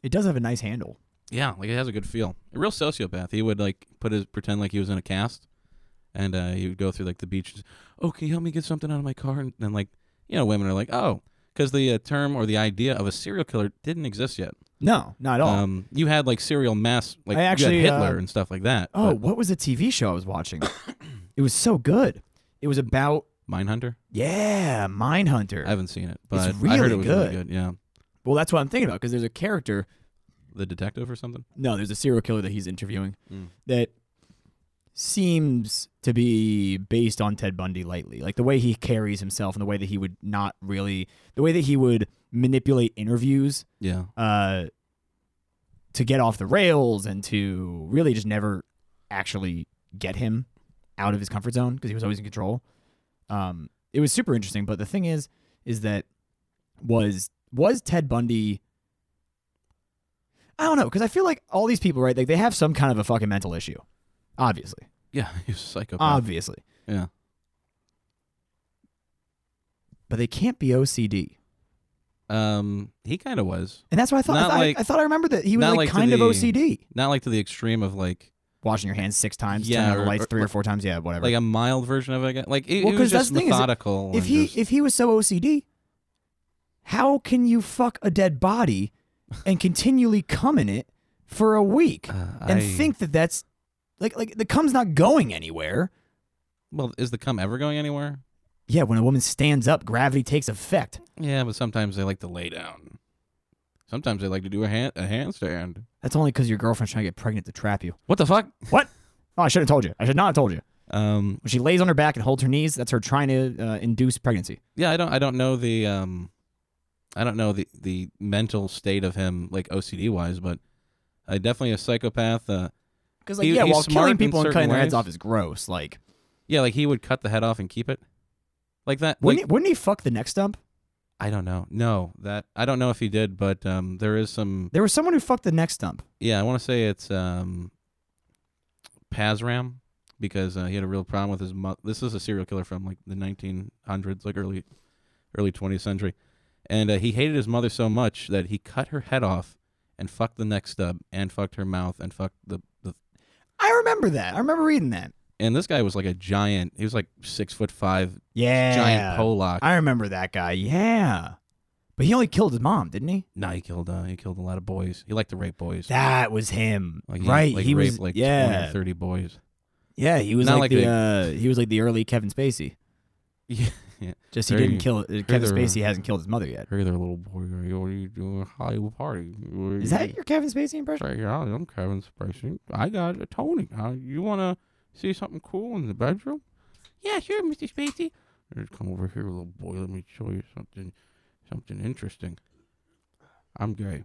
it does have a nice handle.
Yeah, like it has a good feel. A real sociopath. He would like put his pretend like he was in a cast, and uh, he would go through like the beach. And just, oh, can you help me get something out of my car? And then like you know, women are like, oh, because the uh, term or the idea of a serial killer didn't exist yet.
No, not at all.
Um, you had like serial mass, like
Oh. I
you had
actually,
Hitler
uh,
and stuff like that.
Oh,
but
what was the TV show I was watching? it was so good. It was about
Mindhunter.
yeah, Mindhunter.
I haven't seen it, but I heard
really
it was really
good.
good. Yeah,
well, that's what I'm thinking about because there's a character.
the detective or something.
No, there's a serial killer that he's interviewing
Mm.
that seems to be based on Ted Bundy lately. Like the way he carries himself and the way that he would not really, the way that he would manipulate interviews
Yeah,
uh, to get off the rails and to really just never actually get him out of his comfort zone because he was always in control. Um, it was super interesting, but the thing is, is that was was Ted Bundy. I don't know because I feel like all these people, right? Like they have some kind of a fucking mental issue, obviously,
yeah, he was a psychopath.
obviously,
yeah,
but they can't be OCD,
um, he kind of was
and that's why I thought. I,
Not
thought
like-
I, thought I remembered that he was
not
like,
like to
kind of
the-
OCD,
not like to the extreme of like
washing your hands six times,
Yeah,
turning out the
or-
lights
or-
three or four times, yeah, whatever.
like a mild version of it. I guess. Like it,
Well,
it
'cause
was
that's
just
the thing is,
methodical.
if
and
he
just-
if he was so OCD, how can you fuck a dead body and continually cum in it for a week
Uh,
and
I-
think that that's like like the cum's not going anywhere?
well, is the cum ever going anywhere?
Yeah, when a woman stands up, gravity takes effect.
Yeah, but sometimes they like to lay down. Sometimes they like to do a hand a handstand.
That's only because your girlfriend's trying to get pregnant to trap you.
What the fuck?
What? Oh, I should have told you. I should not have told you.
Um,
When she lays on her back and holds her knees, that's her trying to uh, induce pregnancy.
yeah, I don't I don't know the um, I don't know the the mental state of him like OCD wise, but uh, definitely a psychopath. Uh,
Because like
He-
yeah,
he's
while
smart
killing
in
people and
certain
cutting their heads
ways.
off is gross. Like
yeah, like he would cut the head off and keep it. Like that, like,
wouldn't he, wouldn't he fuck the neck stump?
I don't know. No, that I don't know if he did, but um, there is some
There was someone who fucked the neck stump.
Yeah, I want to say it's um, Pazram because uh, he had a real problem with his mother. This is a serial killer from like the 1900s, like early early 20th century, and uh, he hated his mother so much that he cut her head off and fucked the neck stub and fucked her mouth and fucked the the.
I remember that. I remember reading that.
And this guy was like a giant. He was like six foot five,
Yeah.
giant Polak.
I remember that guy. Yeah. But he only killed his mom, didn't he?
no, he killed uh, he killed a lot of boys. He liked to rape boys.
That was him.
like,
right.
he, like
he
raped
was
like 20 or
yeah.
30 boys.
Yeah, he was
Not
like,
like
the
a-
uh, he was like the early Kevin Spacey.
Yeah, yeah.
Just he
Very-
didn't kill uh, Kevin
the-
Spacey hasn't killed his mother yet.
Hey there, little boy. What are you doing? at Hollywood party. What are
Is
you-
that your Kevin Spacey impression?
Right here, I'm Kevin Spacey. I got a Tony. Uh, you want to see something cool in the bedroom? Yeah, sure, Mr. Spacey. Here, come over here, little boy. Let me show you something, something interesting. I'm gay.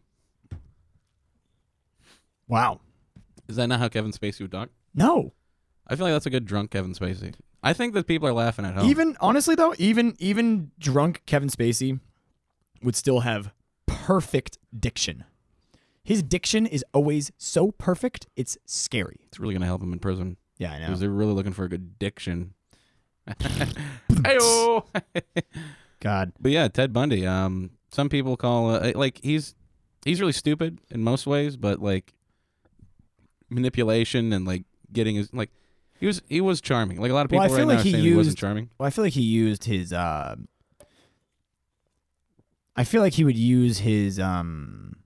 Wow.
Is that not how Kevin Spacey would talk?
No.
I feel like that's a good drunk Kevin Spacey. I think that people are laughing at home.
Even honestly though, even even drunk Kevin Spacey would still have perfect diction. His diction is always so perfect, it's scary.
it's really gonna help him in prison
Yeah, I know.
because they're really looking for a good diction. Ayo.
God.
But yeah, Ted Bundy. Um, some people call uh, like he's he's really stupid in most ways, but like manipulation and like getting his like he was he was charming. Like a lot of
Well, I
people right
feel
now
like
are
he
saying he wasn't
used-
charming.
Well, I feel like he used his um I feel like he would use his um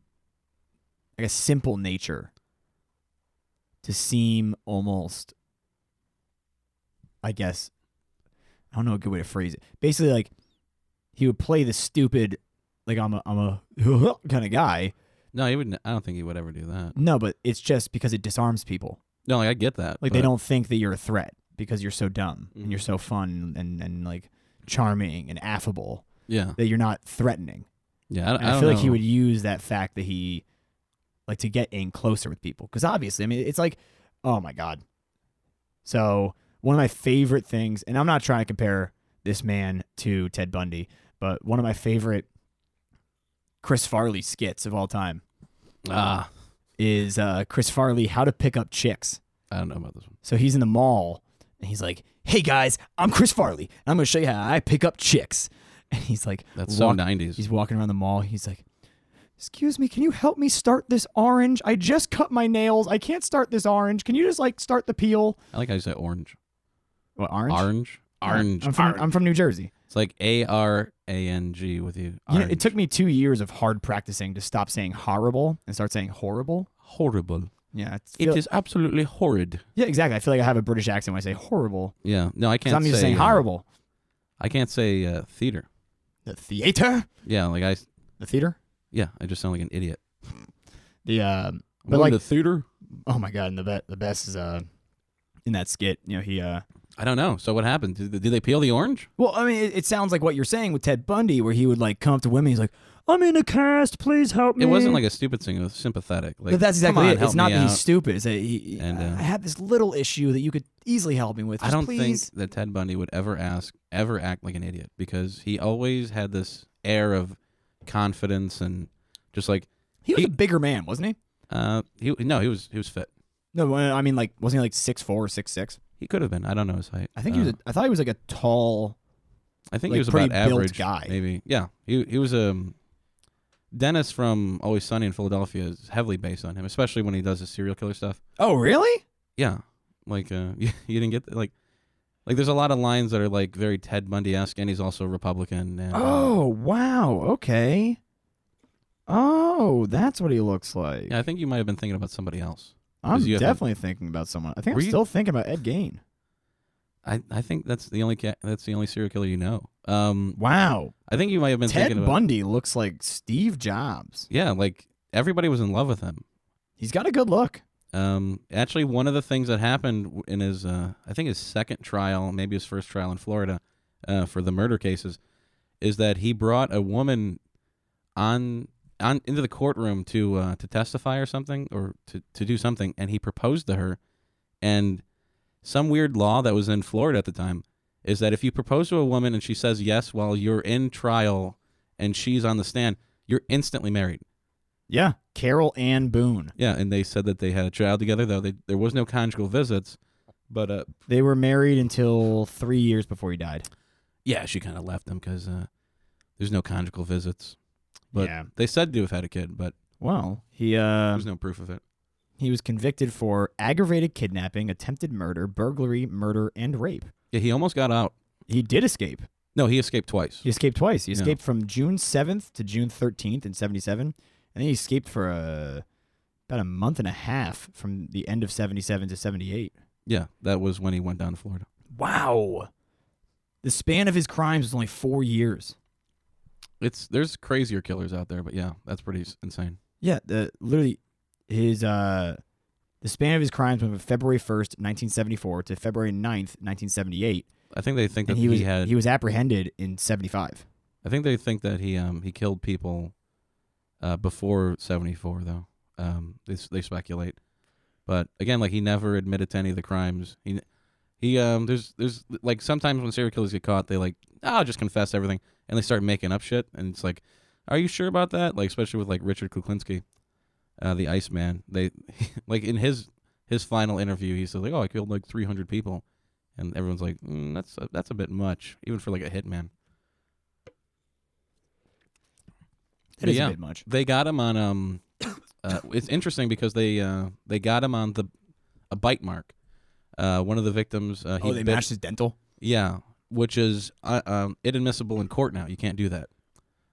like a simple nature to seem almost I guess I don't know a good way to phrase it. Basically like he would play the stupid like I'm a I'm a kind of guy.
No, he wouldn't. I don't think he would ever do that.
No, but it's just because it disarms people.
No, like I get that.
Like
but
they don't think that you're a threat because you're so dumb and you're
Mhm.
so fun and, and like charming and affable
Yeah,
that you're not threatening.
yeah. I,
And
I
I,
don't
feel like he
know.
would use that fact that he like to get in closer with people because obviously, I mean, it's like, oh my god. So one of my favorite things, and I'm not trying to compare this man to Ted Bundy, but one of my favorite Chris Farley skits of all time
Ah,
is uh, Chris Farley How to Pick Up Chicks.
I don't know about this one.
So he's in the mall and he's like, "Hey guys, I'm Chris Farley. And I'm gonna show you how I pick up chicks." And he's like,
That's
walk-
so nineties.
He's walking around the mall. He's like, "Excuse me, can you help me start this orange? I just cut my nails. I can't start this orange. Can you just like start the peel?"
I like how you say orange,
What orange?
orange, orange.
I'm from,
orange.
I'm from New Jersey.
It's like A R A N G with you.
You know,
Orange.
it took me two years of hard practicing to stop saying horrible and start saying horrible.
horrible.
Yeah, it's,
It is absolutely horrid.
yeah, exactly. I feel like I have a British accent when I say horrible.
Yeah. No, I
'Cause
can't.
I'm used to
say,
saying
uh,
horrible.
I can't say uh, theater.
The theater,
Yeah, like I.
the theater,
Yeah, I just sound like an idiot.
the um,
I'm
But,
going
like-
to theater.
Oh my god, and the be- the best is uh in that skit, you know, he uh
I don't know. So what happened? Did, did they peel the orange?
Well, I mean, it, it sounds like what you're saying with Ted Bundy where he would like come up to women, he's like, "I'm in a cast, please help me."
It wasn't like a stupid thing. It was sympathetic. Like
Mm. But that's
"Come
exactly
on,
it.
help
It's not
me
that he's
out."
stupid. It's that he,
And, uh,
I have this little issue that you could easily help me with.
I
Just
don't
please.
think that Ted Bundy would ever ask, ever act like an idiot because he always had this air of confidence and just like
he was
he-
a bigger man, wasn't he?
uh he no he was he was fit.
No, well, I mean, like, wasn't he like six four or six six?
He could have been. I don't know his height.
I think he was.
Uh,
A, I thought he was like a tall.
I think
like,
he was
pretty
about
built
average
guy.
Maybe. Yeah. He he was um Dennis from Always Sunny in Philadelphia is heavily based on him, especially when he does his serial killer stuff.
Oh, really?
Yeah. Like uh you, you didn't get the, like like there's a lot of lines that are like very Ted Bundy esque and he's also a Republican and uh,
Oh, wow. Okay. Oh, that's what he looks like.
yeah, I think you might have been thinking about somebody else.
I'm
'Cause you have a-
definitely thinking about someone. I think
Were
I'm
you-
still thinking about Ed Gain.
I, I think that's the only ca- that's the only serial killer you know. Um
Wow.
I think you might have been
Ted
thinking about
Bundy looks like Steve Jobs.
Yeah, like everybody was in love with him.
He's got a good look.
Um, actually, one of the things that happened w- in his, uh, I think his second trial, maybe his first trial in Florida, uh, for the murder cases, is that he brought a woman on on into the courtroom to uh, to testify or something or to to do something, and he proposed to her, and some weird law that was in Florida at the time is that if you propose to a woman and she says yes while you're in trial and she's on the stand, you're instantly married.
Yeah. Carol Ann Boone.
Yeah, and they said that they had a child together, though they, there was no conjugal visits. But uh,
They were married until three years before he died.
yeah, she kind of left them because uh, there's no conjugal visits. But
Yeah.
they said to have had a kid, but
Well, he uh,
there's no proof of it.
he was convicted for aggravated kidnapping, attempted murder, burglary, murder, and rape.
Yeah, he almost got out.
He did escape.
No, he escaped twice.
He escaped twice. He
Yeah.
escaped from June 7th to June 13th in 77, and then he escaped for uh, about a month and a half from the end of 77 to 78.
Yeah, that was when he went down to Florida.
Wow. The span of his crimes was only four years.
It's there's crazier killers out there, but yeah, that's pretty s- insane.
Yeah, the literally his uh the span of his crimes went from February first, nineteen seventy four to February 9th, nineteen seventy eight.
I think they think that
And
he,
he was
had.
he was apprehended in seventy five.
I think they think that he um he killed people, uh before seventy four though. Um, they s- they speculate, but again, like he never admitted to any of the crimes. He n- he um there's there's like sometimes when serial killers get caught, they like "Ah, I'll just confess everything, and they start making up shit, and it's like, are you sure about that? Like especially with like Richard Kuklinski, uh the Iceman. They like in his his final interview, he said like, oh, I killed like three hundred people, and everyone's like, mm, that's a, that's a bit much, even for like a hitman.
That is
Yeah.
a bit much.
They got him on um. Uh, it's interesting because they uh they got him on the a bite mark. Uh, one of the victims. Uh, he
Oh, they
bit-
matched his dental.
Yeah, which is uh, um inadmissible in court now. You can't do that.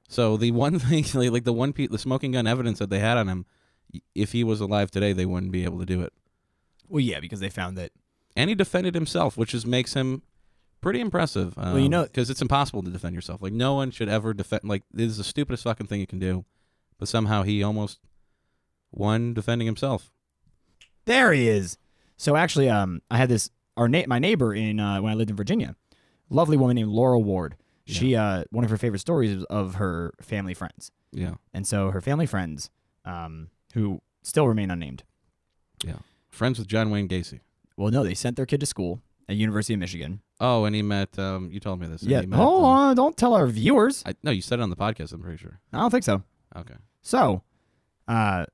So the one thing, like, like the one pe- the smoking gun evidence that they had on him, y- if he was alive today, they wouldn't be able to do it.
Well, yeah, because they found that.
And he defended himself, which is makes him pretty impressive. Um,
you know-
because it's impossible to defend yourself. Like no one should ever defend. Like this is the stupidest fucking thing you can do, but somehow he almost won defending himself.
There he is. So actually, um, I had this our na- my neighbor in uh, when I lived in Virginia, lovely woman named Laura Ward. She uh, one of her favorite stories is of her family friends,
Yeah,
and so her family friends, um, who still remain unnamed.
friends with John Wayne Gacy.
Well, no, they sent their kid to school at University of Michigan.
Oh, and he met. Um, you told me this. and
yeah,
he met,
hold
um,
on, don't tell our viewers.
I, no, you said it on the podcast. I'm pretty sure.
I don't think so.
Okay.
So, uh,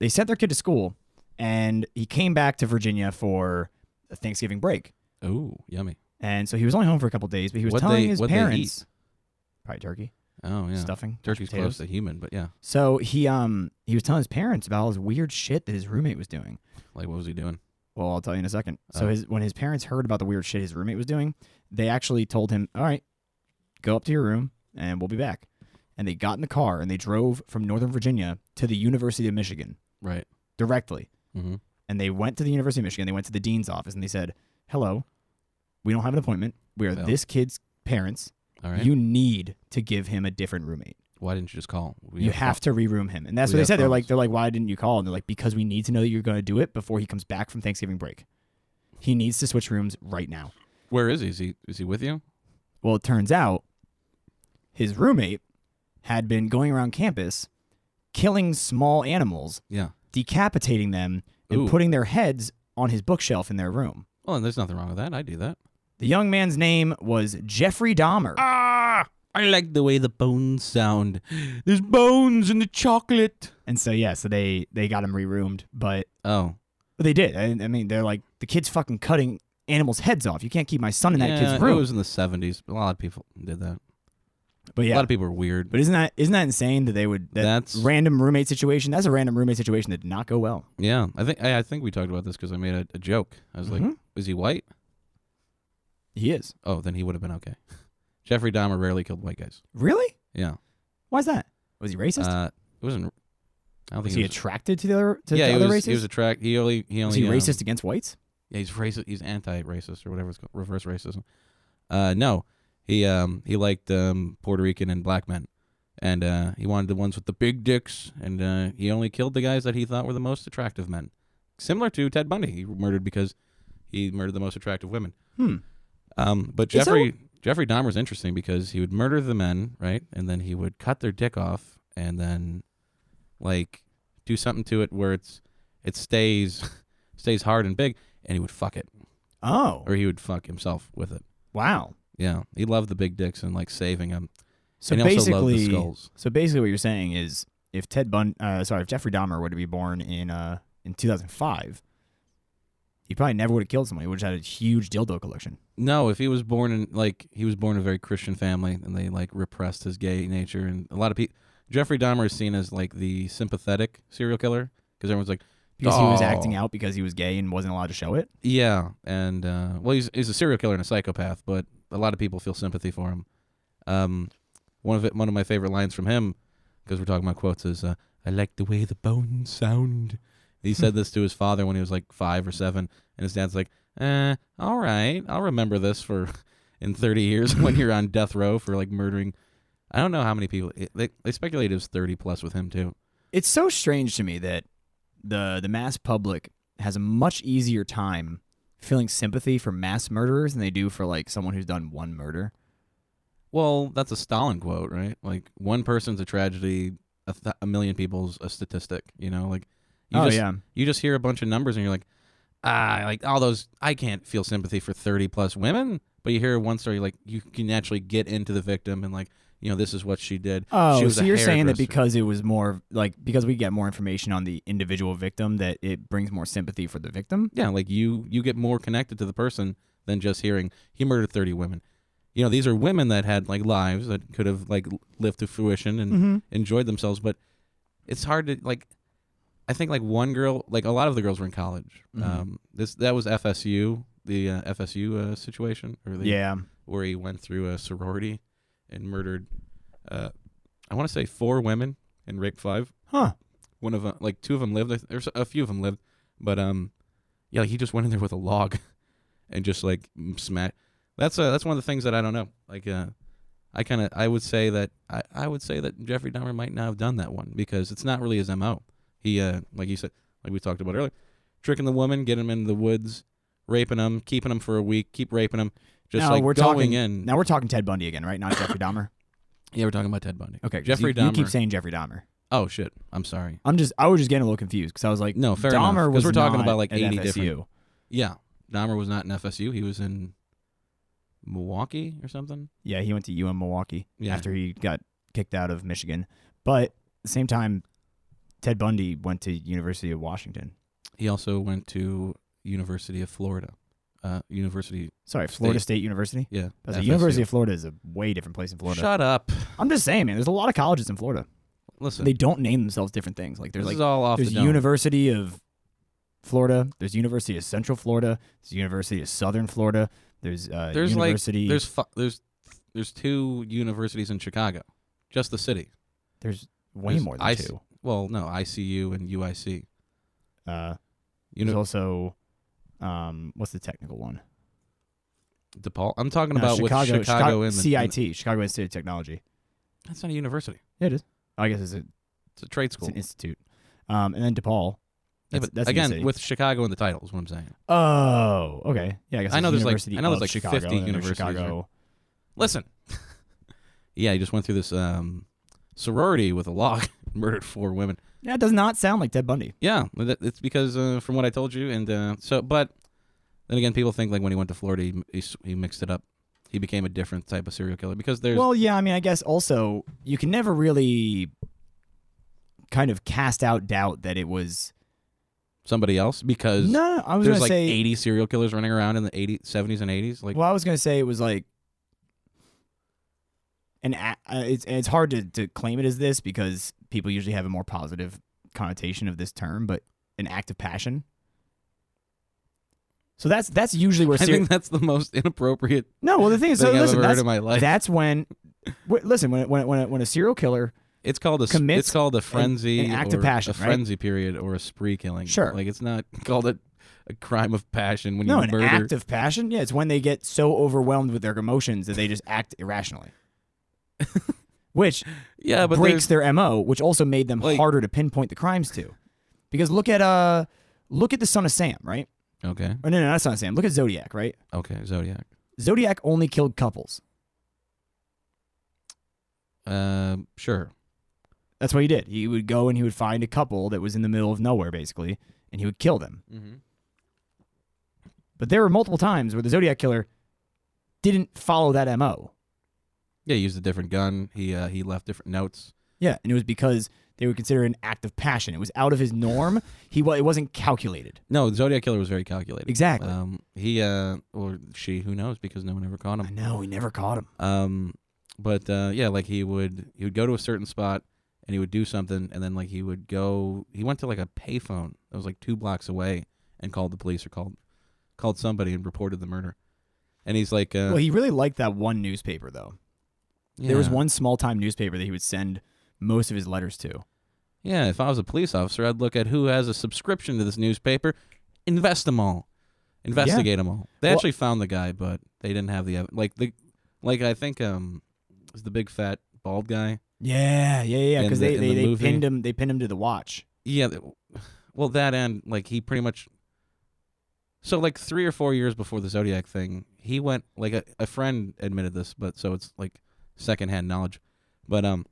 they sent their kid to school, and he came back to Virginia for Thanksgiving break.
Oh, yummy.
And so he was only home for a couple days, but he was
What'd
telling
they-
his
what'd they
parents probably turkey
Oh yeah.
stuffing, mashed
Turkey's
potatoes.
close to human, but yeah.
So he um he was telling his parents about all this weird shit that his roommate was doing.
Like what was he doing?
Well, I'll tell you in a second. So
Oh.
his when his parents heard about the weird shit his roommate was doing, they actually told him, "All right, go up to your room and we'll be back." And they got in the car and they drove from Northern Virginia to the University of Michigan
Right.
directly.
Mm-hmm.
And they went to the University of Michigan. They went to the dean's office and they said, "Hello, we don't have an appointment. We are
No.
this kid's parents.
All right.
You need to give him a different roommate."
Why didn't you just call? We
you have to reroom him. And that's what
We
they
have
said. They're like,
phones.
they're like, why didn't you call? And they're like, because we need to know that you're going to do it before he comes back from Thanksgiving break. He needs to switch rooms right now.
Where is he? Is he is he with you?
Well, it turns out his roommate had been going around campus killing small animals,
Yeah.
decapitating them, and
Ooh.
putting their heads on his bookshelf in their room.
Well, and there's nothing wrong with that. I do that.
The young man's name was Jeffrey Dahmer.
Ah, I like the way the bones sound. There's bones in the chocolate.
And so, yeah, so they, they got him reroomed, but
Oh,
they did. I, I mean, they're like, the kid's fucking cutting animals' heads off. You can't keep my son in that
yeah,
kid's room.
It was in the 70s. A lot of people did that.
But
A lot
yeah,
of people were weird.
but isn't that isn't that insane that they would that
That's-
random roommate situation? That's a random roommate situation that did not go well.
yeah, I think I, I think we talked about this because I made a, a joke. I was like,
Mhm.
"Is he white?"
He is
Oh, then he would have been okay. Jeffrey Dahmer rarely killed white guys.
really.
Yeah,
Why is that? Was he racist?
uh, it wasn't. I don't
was
think
he
it was.
attracted to the other to
yeah,
the
he
other
was.
races?
He was a track. He only. He
Was he
only. um,
racist against whites?
Yeah, he's racist. He's anti-racist or whatever it's called, reverse racism. Uh, no, he um he liked um Puerto Rican and black men, and uh, he wanted the ones with the big dicks, and uh, he only killed the guys that he thought were the most attractive men. Similar to Ted Bundy, he murdered because he murdered the most attractive women.
Hmm.
Um, but
Is that
Jeffrey Jeffrey Dahmer's interesting because he would murder the men, right, and then he would cut their dick off, and then like do something to it where it's it stays stays hard and big, and he would fuck it
Oh
or he would fuck himself with it.
wow!
Yeah, he loved the big dicks and like saving them.
So
and he also loved the
basically,
skulls.
so basically, what you're saying is if Ted Bun, uh, sorry, if Jeffrey Dahmer were to be born in uh in 2005, he probably never would have killed someone. He would have had a huge dildo collection.
No, if he was born in like he was born in a very Christian family and they like repressed his gay nature and a lot of people. Jeffrey Dahmer is seen as like the sympathetic serial killer because everyone's like
Because he was
"Oh,
acting out because he was gay and wasn't allowed to show it.
Yeah, and uh, well, he's he's a serial killer and a psychopath, but a lot of people feel sympathy for him. Um, one of it, one of my favorite lines from him, because we're talking about quotes, is uh, "I like the way the bones sound." He said this to his father when he was like five or seven, and his dad's like, uh, all right, I'll remember this for in 30 years when you're on death row for like murdering. I don't know how many people. It, they, they speculate it was 30 plus with him too.
It's so strange to me that the the mass public has a much easier time feeling sympathy for mass murderers than they do for like someone who's done one murder.
Well, that's a Stalin quote, right? Like one person's a tragedy, a, th- a million people's a statistic. You know, like you
oh
just,
yeah.
you just hear a bunch of numbers and you're like, ah, like all those. I can't feel sympathy for 30 plus women, but you hear one story like you can actually get into the victim and like you know this is what she did.
Oh,
she was
so
a
you're saying that
hairdresser.
because it was more like because we get more information on the individual victim that it brings more sympathy for the victim?
yeah, like you you get more connected to the person than just hearing he murdered 30 women. You know, these are women that had like lives that could have like lived to fruition
Mm-hmm.
and enjoyed themselves, but it's hard to like. I think like one girl, like a lot of the girls were in college.
Mhm.
Um, this that was FSU, the uh, FSU uh, situation, or the,
Yeah.
where he went through a sorority and murdered. Uh, I want to say four women and raped five
Huh.
one of them, like two of them lived. I th- There's a few of them lived, but um, yeah, he just went in there with a log, and just like smack. That's uh, that's one of the things that I don't know. Like uh, I kind of I would say that I, I would say that Jeffrey Dahmer might not have done that one because it's not really his mo. He uh, like you said, like we talked about earlier, tricking the woman, getting him in the woods, raping him, keeping him for a week, keep raping him, just
Now
like
we're
going
talking-
in.
Now we're talking Ted Bundy again, right? Not Jeffrey Dahmer.
yeah, we're talking about Ted Bundy.
Okay. 'cause
Jeffrey
you, You keep
Dahmer.
saying Jeffrey Dahmer.
Oh shit, I'm sorry.
I'm just I was just getting a little confused because I was like,
No, fair enough,
Dahmer
'cause
was
we're talking
not
about, like,
at
80
FSU.
different- Yeah, Dahmer was not in FSU. He was in Milwaukee or something.
Yeah, he went to UM Milwaukee
Yeah.
after he got kicked out of Michigan. But at the same time, Ted Bundy went to University of Washington.
He also went to University of Florida. Uh, University.
Sorry, Florida State, University.
Yeah.
That's
FSU.
University of Florida is a way different place in Florida.
Shut up.
I'm just saying, man. There's a lot of colleges in Florida.
Listen.
They don't name themselves different things. Like
this
there's
is
like
all off the
there's
dome.
University of Florida. There's University of Central Florida. There's University of Southern Florida. There's uh,
There's, like,
University.
there's fu- there's there's two universities in Chicago, just the city.
there's way
there's
more than
IC
two.
Well, no, ICU and UIC.
Uh,
You
there's
know,
also um, what's the technical one?
DePaul. I'm talking
No,
about
Chicago,
with Chicago in the
CIT, Chicago Institute of Technology.
That's not a university.
Yeah, it is. I guess it's, a,
It's a trade
it's
school.
an institute. Um, and then DePaul.
yeah,
That's,
but
that's in the
again,
city.
with Chicago in the title is what I'm saying.
oh, okay, yeah. I guess
I know there's, like-
University
I know
of
there's, like,
Chicago,
50
and then there's
universities, right?
Chicago.
Listen. yeah, he just went through this um, sorority with a log, murdered four women.
Yeah, it does not sound like Ted Bundy.
Yeah, that- it's because uh, from what I told you, and uh, so, but then again, people think like when he went to Florida, he, he, s- he mixed it up. He became a different type of serial killer because there's
Well, yeah, I mean, I guess also you can never really kind of cast out doubt that it was.
somebody else because
No, I was
there's
gonna
like
say
80 serial killers running around in the 80, 70s and 80s. Like,
well, I was gonna say it was like, and uh, it's it's hard to to claim it as this because people usually have a more positive connotation of this term, but an act of passion. So that's that's usually where
I
seri-
think that's the most inappropriate
no. Well, the thing is, so
thing I've
listen,
ever heard
that's,
in my life.
that's when. W- listen, when when when when a serial killer,
it's called a s-
commits
it's called a frenzy,
an act of
or
passion,
a
right?
frenzy period, or a spree killing.
Sure.
like it's not called a, a crime of passion when
no,
you
an
murder.
act of passion. Yeah, it's when they get so overwhelmed with their emotions that they just act irrationally, which
yeah, but
breaks
there's
their mo, which also made them
Like-
harder to pinpoint the crimes to. Because look at uh, look at the Son of Sam, right?
okay,
Or no, no, not Son of Sam. Look at Zodiac, right?
okay, Zodiac.
Zodiac only killed couples.
Um, sure.
That's what he did. He would go and he would find a couple that was in the middle of nowhere, basically, and he would kill them.
Mm-hmm.
But there were multiple times where the Zodiac killer didn't follow that mo.
Yeah, he used a different gun. He uh, he left different notes.
Yeah, and it was because they would consider it an act of passion. It was out of his norm. he wa- it wasn't calculated.
No, Zodiac killer was very calculated.
Exactly.
Um, he uh, or she, who knows, because no one ever caught
I
him.
know. We never caught him.
Um, but uh, yeah, like he would he would go to a certain spot and he would do something, and then like he would go. He went to like a payphone that was like two blocks away and called the police or called called somebody and reported the murder. And he's like, uh,
Well, he really liked that one newspaper though. There was
yeah.
one small time newspaper that he would send most of his letters to.
Yeah, if I was a police officer, I'd look at who has a subscription to this newspaper, invest them all. investigate them all. They
Well-
actually found the guy, but they didn't have the ev- like the like I think um is the big fat bald guy.
Yeah, yeah, yeah.
In
Because
the-
they,
in
they,
the
they
movie?
pinned him. They pinned him to the watch.
Yeah, th- well that and like he pretty much so like three or four years before the Zodiac thing, he went like a, a friend admitted this, but so it's like secondhand knowledge. But um,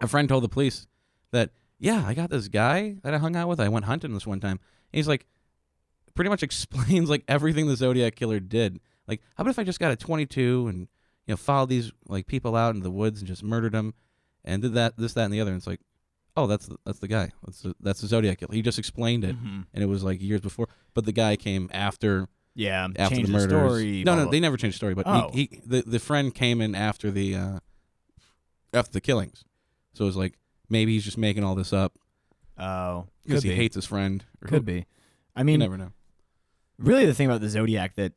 a friend told the police that yeah, I got this guy that I hung out with. I went hunting this one time. And he's like, pretty much explains like everything the Zodiac killer did. Like, how about if I just got a 22 and you know followed these like people out into the woods and just murdered them and did that, this, that, and the other. And it's like, oh, that's the, that's the guy. That's the, that's the Zodiac killer. He just explained it,
Mhm.
and it was like years before. But the guy came after
Yeah,
after
change
the murders.
story.
no,
blah,
no,
blah.
they never changed the story. But
Oh.
he, he the, the friend came in after the uh, after the killings, so it was like maybe he's just making all this up
Oh,
because
could
he
be.
hates his friend. or
Could
who-
be. I
You
mean,
never know.
really, the thing about the Zodiac that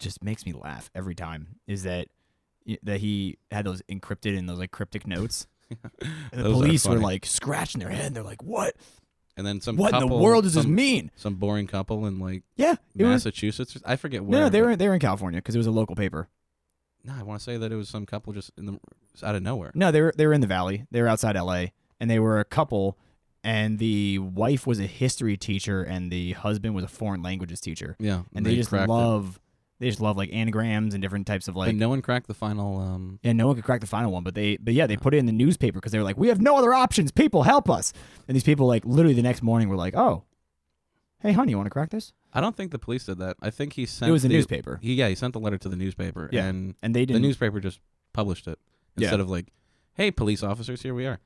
just makes me laugh every time is that that he had those encrypted and those like cryptic notes. And the
Those are
police were
funny.
like scratching their head. They're like, "What?
and then some
What in the
couple-
world does this
some-
mean?"
Some boring couple in like
Yeah, it was.
Massachusetts. I forget where.
No, they
but-
were they were in California because it was a local paper.
No, I want to say that it was some couple just in the out of nowhere.
No, they were they were in the valley. They were outside LA and they were a couple and the wife was a history teacher and the husband was a foreign languages teacher.
Yeah,
And they, just
cracked it.
love they just love like anagrams and different types of
But
like
no one cracked the final. Um,
yeah, no one could crack the final one, but they, but yeah, they put it in the newspaper because they were like, "We have no other options. People, help us!" And these people, like, literally the next morning, were like, "Oh, hey, honey, you want to crack this?"
I don't think the police did that. I think he sent.
It was a
the,
newspaper,
He, yeah, he sent the letter to the newspaper,
Yeah.
and
and they
the
didn't.
newspaper just published it
Yeah.
instead of like, "Hey, police officers, here we are."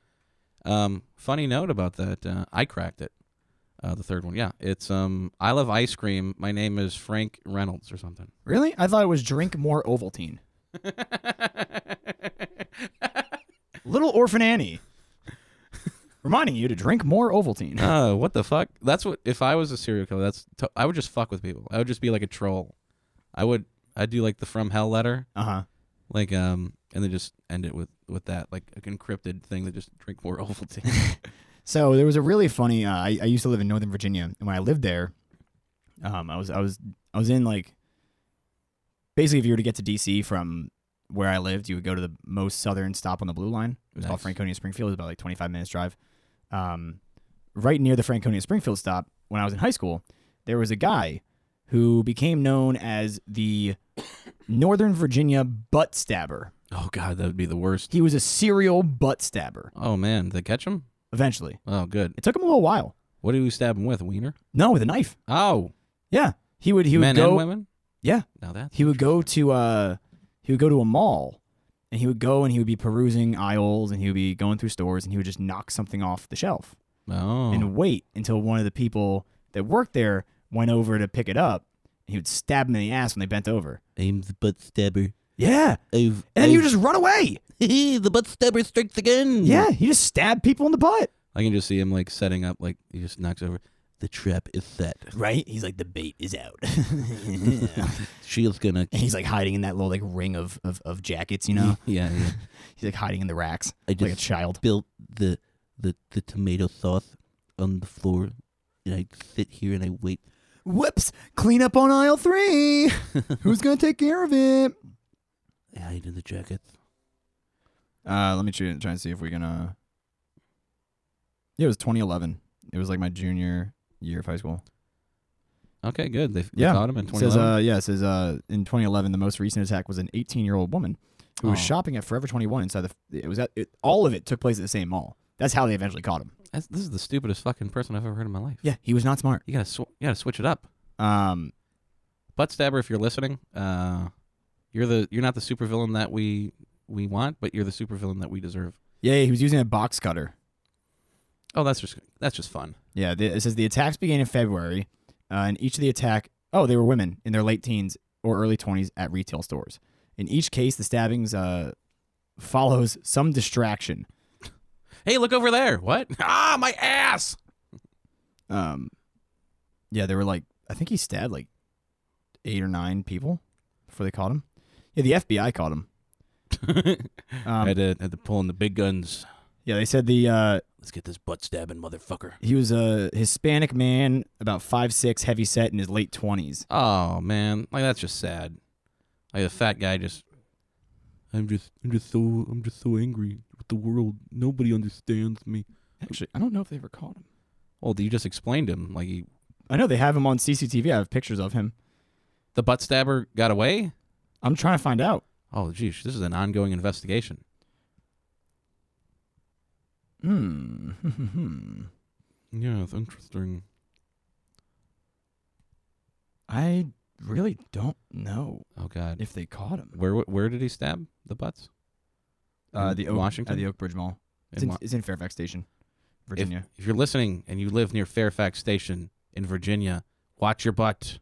Um, funny note about that. Uh, I cracked it. Uh, the third one, yeah, it's um, I love ice cream. My name is Frank Reynolds or something.
really, I thought it was drink more Ovaltine. Little Orphan Annie, reminding you to drink more Ovaltine.
Oh, what the fuck? That's what. If I was a serial killer, that's t- I would just fuck with people. I would just be like a troll. I would. I'd do like the from hell letter,
Uh huh.
like um, and then just end it with with that, like an encrypted thing that just drink more Ovaltine.
So there was a really funny. Uh, I, I used to live in Northern Virginia, and when I lived there, um, I was I was I was in like basically if you were to get to DC from where I lived, you would go to the most southern stop on the Blue Line. It was called
Nice.
Franconia Springfield. It was about like 25 minutes drive. Um, right near the Franconia Springfield stop, when I was in high school, there was a guy who became known as the Northern Virginia butt stabber.
oh god, that would be the worst.
He was a serial butt stabber.
Oh man, did they catch him?
Eventually,
Oh good.
it took him a little while.
What do we stab him with? Wiener?
No, with a knife.
Oh,
Yeah, he would. He would
men
go.
and women.
Yeah,
Now that
he would go to. Uh, he would go to a mall, and he would go and he would be perusing aisles, and he would be going through stores, and he would just knock something off the shelf
oh
and wait until one of the people that worked there went over to pick it up. And he would stab him in the ass when they bent over.
I'm the butt stabber.
Yeah,
I've,
and then you
I've-
just run away.
the butt stabber strikes again.
Yeah, he just stabbed people in the butt.
I can just see him like setting up, like he just knocks over.
The trap is set.
Right? He's like the bait is out.
She's gonna.
And he's like hiding in that little like ring of of, of jackets, you know.
Yeah, yeah.
He's like hiding in the racks
I
like a
just
child.
spilt the the the tomato sauce on the floor, and I sit here and I wait.
Whoops! Clean up on aisle three. Who's gonna take care of it?
I hide in the jackets.
Uh, let me try, try and see if we can. Uh... Yeah, it was 2011. It was like my junior year of high school.
okay, good. They, they
Yeah.
caught him in
It says,
2011.
uh, yeah, it says uh, in 2011, the most recent attack was an 18 year old woman who was
Oh.
shopping at Forever 21 inside the. It was at, it, all of it took place at the same mall. That's how they eventually caught him.
That's, this is the stupidest fucking person I've ever heard in my life.
Yeah, he was not smart.
You gotta sw- you gotta switch it up.
Um,
Butt stabber, if you're listening, uh, you're the you're not the supervillain that we we want, but you're the supervillain that we deserve.
yeah, he was using a box cutter.
Oh, that's just that's just fun.
Yeah, the, it says the attacks began in February, uh, and each of the attack, oh, they were women in their late teens or early 20s at retail stores. In each case, the stabbings uh, follows some distraction.
Hey, look over there. What? Ah, my ass.
Um, yeah, there were like, I think he stabbed like eight or nine people before they caught him. Yeah, the FBI caught him.
I
Um,
had to had to pull in the big guns.
yeah, they said the uh,
Let's get this butt stabbing motherfucker.
He was a Hispanic man, about five six, heavy set in his late twenties.
Oh man, like that's just sad. Like the fat guy just
I'm just, I'm just so, I'm just so angry with the world. Nobody understands me.
Actually, I don't know if they ever caught him.
well, you just explained him. Like he,
I know they have him on CCTV. I have pictures of him.
the butt stabber got away.
I'm trying to find out.
Oh geez, this is an ongoing investigation.
Hmm.
Yeah, it's interesting.
I really don't know
Oh god,
if they caught him.
where where did he stab the butts?
Uh,
In
the Oak,
Washington.
at the Oakbridge Mall. It's
In
in,
Wa-
it's in Fairfax Station,
if,
Virginia.
if you're listening and you live near Fairfax Station in Virginia, watch your butt.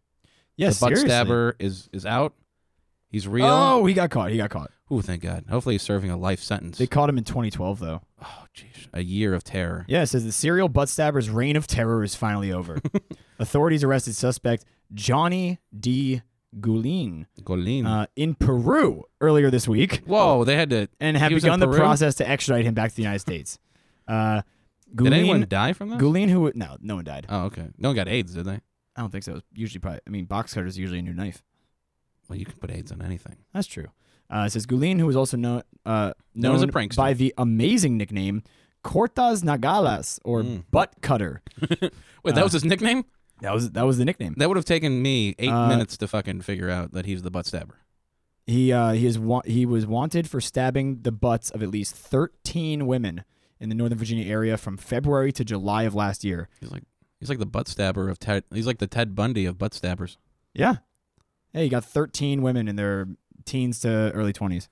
yes,
the butt
seriously.
stabber is is out. He's real.
Oh, he got caught. He got caught.
Ooh, thank God. Hopefully, he's serving a life sentence.
They caught him in 2012, though.
oh, jeez, a year of terror.
Yeah, it says the serial butt stabber's reign of terror is finally over. Authorities arrested suspect Johnny D. Goulin
Golin.
uh, in Peru earlier this week
Whoa, they had to.
and have
He was in
begun the
Peru?
process to extradite him back to the United States. Uh,
Did anyone
Goulin,
die from that?
Goulin, who no, no one died.
Oh, okay. No one got AIDS, did they?
I don't think so. It was usually, probably, I mean, box cutters is usually a new knife.
Well, you can put AIDS on anything.
That's true. Uh, it says Gulin, who was also known uh,
Known as a
known
prankster.
by the amazing nickname Cortas Nagalas or
Mm.
Butt Cutter.
Wait,
Uh,
that was his nickname?
That was that was the nickname.
That would have taken me eight
Uh,
minutes to fucking figure out that he's the butt stabber.
He uh, he is wa- he was wanted for stabbing the butts of at least 13 women in the Northern Virginia area from February to July of last year.
He's like he's like the butt stabber of Ted. He's like the Ted Bundy of butt stabbers.
Yeah. Hey, you got 13 women in their teens to early 20s.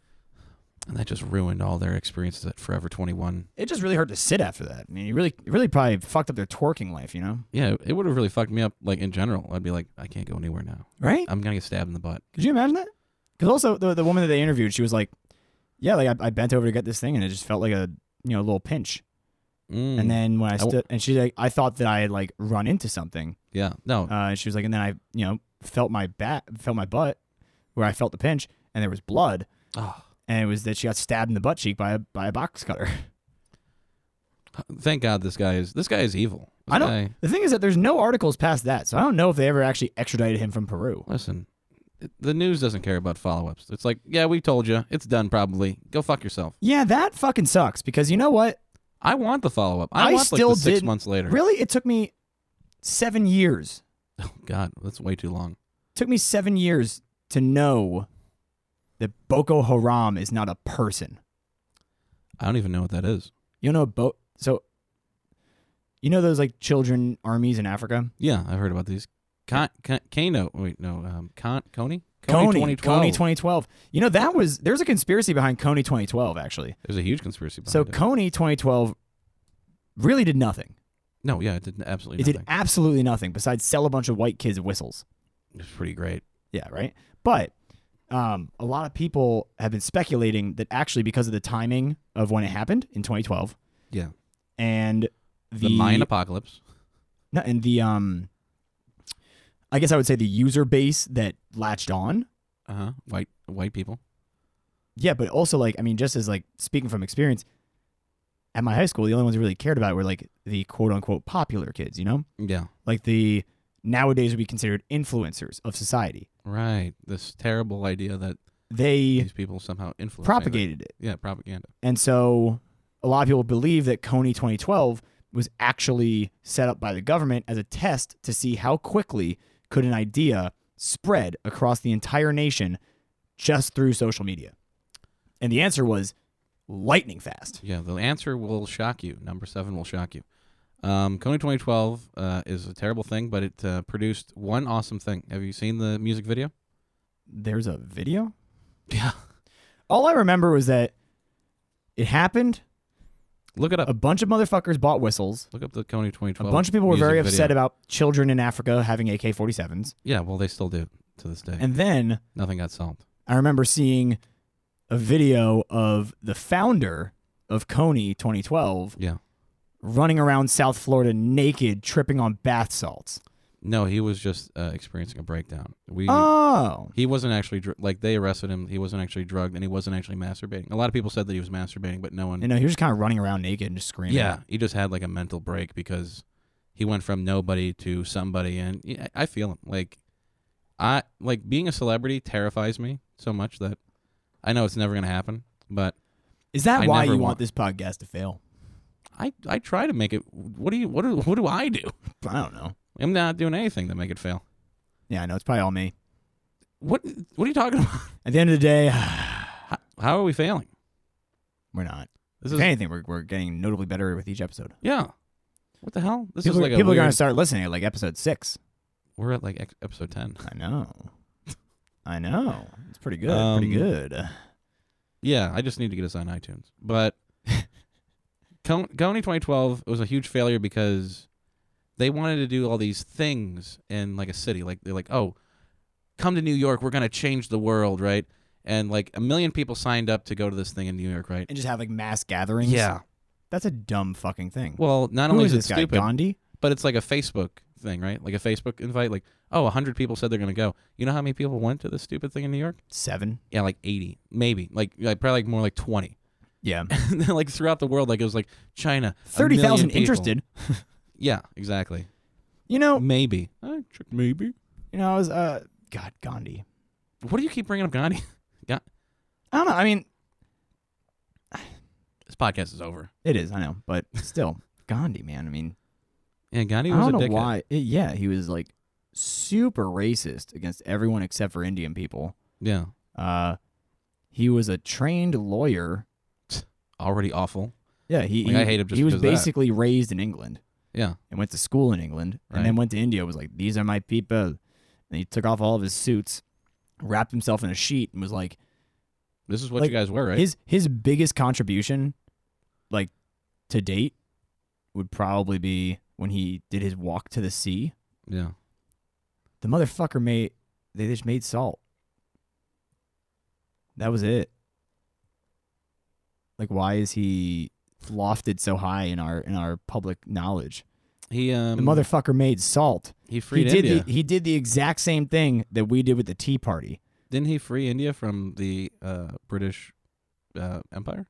And that just ruined all their experiences at Forever 21.
It just really hurt to sit after that. I mean, you really it really probably fucked up their twerking life, you know?
Yeah, it would have really fucked me up. Like in general, I'd be like, I can't go anywhere now.
Right?
I'm gonna get stabbed in the butt.
Could you imagine that? Because also the the woman that they interviewed, she was like, "Yeah, like I, I bent over to get this thing, and it just felt like a you know a little pinch."
Mm,
And then when I
w-
stood, and she's like, "I thought that I had like run into something,"
yeah, no,
uh, and she was like, "And then I you know felt my back, felt my butt, where I felt the pinch, and there was blood,
oh,
and it was that she got stabbed in the butt cheek by a by a box cutter."
thank God this guy is this guy is evil. This
I don't-
guy-
the thing is that there's no articles past that, so I don't know if they ever actually extradited him from Peru.
Listen, th- the news doesn't care about follow ups. It's like, yeah, we told you. It's done probably. Go fuck yourself.
Yeah, that fucking sucks because you know what?
I want the follow up. I,
I
want
still
like the six
didn't-
months later.
Really, it took me seven years
Oh, God, that's way too long.
took me seven years to know that Boko Haram is not a person.
I don't even know what that is.
You know, Bo- so you know those like children armies in Africa.
Yeah, I've heard about these. Con, con, Kano. Wait, no. Um, con, Coney?
Coney,
2012.
Coney 2012. You know that was there's a conspiracy behind Coney 2012 actually.
There's a huge conspiracy behind
So
it.
Coney 2012 really did nothing.
no, yeah, it did absolutely
It did
nothing.
absolutely nothing besides sell a bunch of white kids whistles.
It was pretty great.
Yeah, right. But um, a lot of people have been speculating that actually because of the timing of when it happened in 2012.
Yeah.
And
The,
the,
Mayan apocalypse.
no, and the um, I guess I would say the user base that latched on.
Uh huh. White white people.
Yeah, but also like I mean, just as like speaking from experience, at my high school, the only ones who really cared about it were like the quote unquote popular kids. You know,
Yeah.
like the nowadays would be considered influencers of society.
Right. This terrible idea that
They
these people somehow influence.
propagated it.
Yeah, propaganda.
And so a lot of people believe that Coney 2012 was actually set up by the government as a test to see how quickly could an idea spread across the entire nation just through social media. And the answer was lightning fast.
Yeah, the answer will shock you. Number seven will shock you. Um, Coney 2012 uh, is a terrible thing, but it uh, produced one awesome thing. Have you seen the music video?
There's a video?
Yeah.
All I remember was that it happened,
Look it up.
a bunch of motherfuckers bought whistles.
Look up the Coney 2012.
A bunch of people were
music
very
video.
upset about children in Africa having AK 47s.
Yeah, well, they still do to this day.
And then
Nothing got solved.
I remember seeing a video of the founder of Coney 2012
Yeah.
running around South Florida naked, tripping on bath salts.
No, he was just uh, experiencing a breakdown. We
Oh,
he wasn't actually dr- like they arrested him. He wasn't actually drugged, and he wasn't actually masturbating. A lot of people said that he was masturbating, but no one.
you know, he was kind of running around naked and just screaming.
yeah, he just had like a mental break because he went from nobody to somebody, and yeah, I I feel him. Like I like being a celebrity terrifies me so much that I know it's never gonna happen, but
is that
I
why you want,
never want-
this podcast to fail?
I I try to make it. What do you what do what do I do?
I don't know.
I'm not doing anything to make it fail.
Yeah, I know it's probably all me.
What what are you talking about?
At the end of the day,
How, how are we failing?
we're not.
This
if
is
anything, we're, we're getting notably better with each episode.
yeah. What the hell? This
people
is like a
people are
weird-
gonna start listening at like episode six.
We're at like ex- episode ten.
I know. I know. It's pretty good. pretty
Um,
good.
Yeah, I just need to get us on iTunes. But Coney 2012 was a huge failure because they wanted to do all these things in like a city. Like they're like, oh, come to New York. We're gonna change the world, right? And like a million people signed up to go to this thing in New York, right?
And just have like mass gatherings.
Yeah.
That's a dumb fucking thing.
Well, not
Who
only
is
is it
this guy?
stupid,
Gandhi?
but it's like a Facebook thing, right? Like a Facebook invite. Like, oh, 100 people said they're gonna go. You know how many people went to this stupid thing in New York?
Seven.
Yeah, like 80, maybe. Like, like probably like more like 20.
Yeah.
and then like throughout the world, like it was like China, a
Thirty thousand
million people.
interested.
Yeah, exactly.
You know.
Maybe. Uh, tr- maybe.
You know. I was. Uh. God, Gandhi.
What do you keep bringing up Gandhi?
I don't know. I mean,
This podcast is over.
it is. I know, but still, Gandhi, man. I mean,
Yeah, Gandhi
I
was
don't
a
know
dickhead.
why. it- yeah, he was like super racist against everyone except for Indian people.
Yeah,
Uh, he was a trained lawyer.
already awful.
Yeah, he.
Like,
he
I hate him just
he was
because of that.
basically raised in England
Yeah,
and went to school in England and then
Right.
went to India. Was like, these are my people, and he took off all of his suits, wrapped himself in a sheet, and was like,
this is what
Like,
you guys were, right?
his his biggest contribution, like to date, would probably be when he did his walk to the sea.
yeah,
The motherfucker made they just made salt. That was it. Like why is he lofted so high in our in our public knowledge?
he um,
The motherfucker made salt.
he
He
freed
did
India.
the, he did the exact same thing that we did with the Tea Party.
Didn't he free India from the uh, British uh, Empire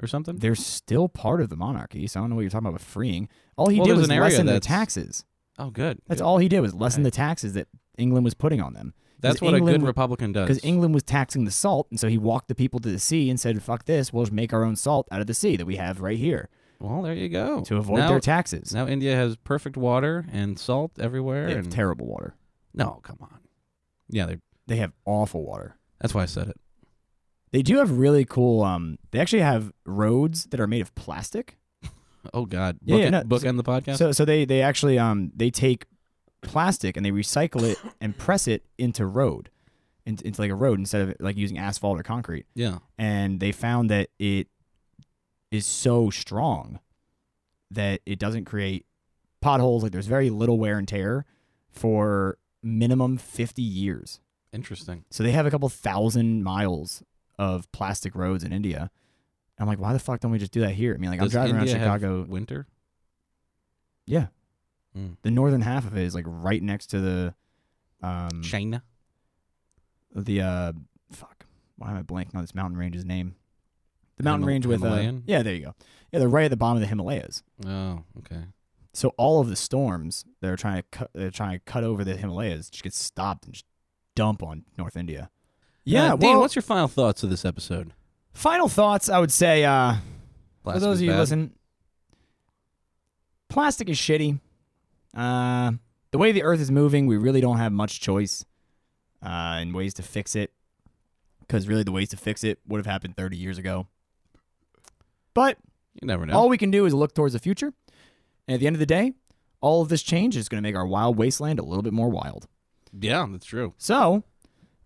or something?
They're still part of the monarchy, so I don't know what you're talking about with freeing. All he
Well,
did
there's
was
an area
lessen the
that's-
taxes.
oh, good.
That's
Good.
all he did was lessen
Right.
the taxes that England was putting on them.
That's
'cause
what a
England-
good Republican does.
because England was taxing the salt, and so he walked the people to the sea and said, "Fuck this! We'll just make our own salt out of the sea that we have right here
Well, there you go.
to avoid
now,
their taxes."
now India has perfect water and salt everywhere.
They have
and
terrible water.
No, come on. Yeah, they
They have awful water.
that's why I said it.
They do have really cool. Um, they actually have roads that are made of plastic.
Oh God,
Yeah,
book,
yeah,
it,
no,
book
so-
end the podcast.
So, so they they actually um they take plastic and they recycle it and press it into road, into, into like a road instead of like using asphalt or concrete.
yeah,
and they found that it is so strong that it doesn't create potholes. Like there's very little wear and tear for minimum 50 years.
interesting.
So they have a couple thousand miles of plastic roads in India. I'm like, why the fuck don't we just do that here? I mean, like I'm
Does
driving
India
around
have
Chicago.
winter.
Yeah.
Mm.
The northern half of it is like right next to the um
China.
the uh fuck. Why am I blanking on this mountain range's name? The
Himal-
mountain range with uh,
Himalayan?
yeah, there you go. Yeah, they're right at the bottom of the Himalayas.
Oh, okay.
So all of the storms that are trying to cut, they're trying to cut over the Himalayas just get stopped and just dump on North India. Yeah. well,
Uh, Dean, what's your final thoughts of this episode?
final thoughts? I would say uh, for
Plastic
those
is
of you
bad.
listen, plastic is shitty. Uh, the way the Earth is moving, we really don't have much choice uh, in ways to fix it, because really the ways to fix it would have happened 30 years ago. But
you never know.
all we can do is look towards the future. And at the end of the day, all of this change is going to make our wild wasteland a little bit more wild.
yeah, that's true.
So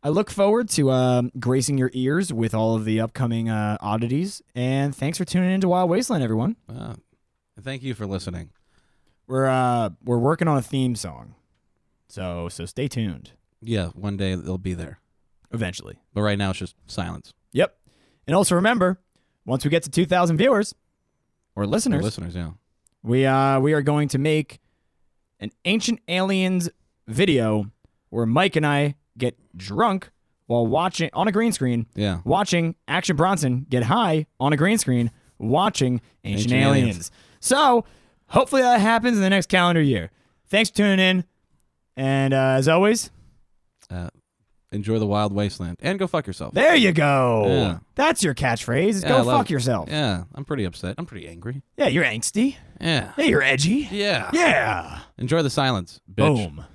I look forward to um, gracing your ears with all of the upcoming uh, oddities. And thanks for tuning into Wild Wasteland, everyone.
Uh, thank you for listening.
We're uh, we're working on a theme song, so so stay tuned.
Yeah, one day they'll be there,
Eventually.
but right now it's just silence.
Yep. And also remember, once we get to 2,000 viewers or
Our
listeners,
listeners, yeah.
we uh, we are going to make an ancient aliens video where Mike and I get drunk while watching on a green screen,
Yeah.
watching Action Bronson get high on a green screen, watching Ancient,
Ancient
aliens.
Aliens.
So hopefully that happens in the next calendar year. Thanks for tuning in. And uh, as always,
Uh, enjoy the wild wasteland and go fuck yourself.
there you go.
Yeah.
That's your catchphrase. Is
Yeah, I
go
love-
fuck yourself. Yeah.
Yeah, I'm pretty upset. I'm pretty angry.
you're angsty.
Yeah.
Yeah, you're edgy.
Yeah.
Yeah.
Enjoy the silence, bitch.
Boom.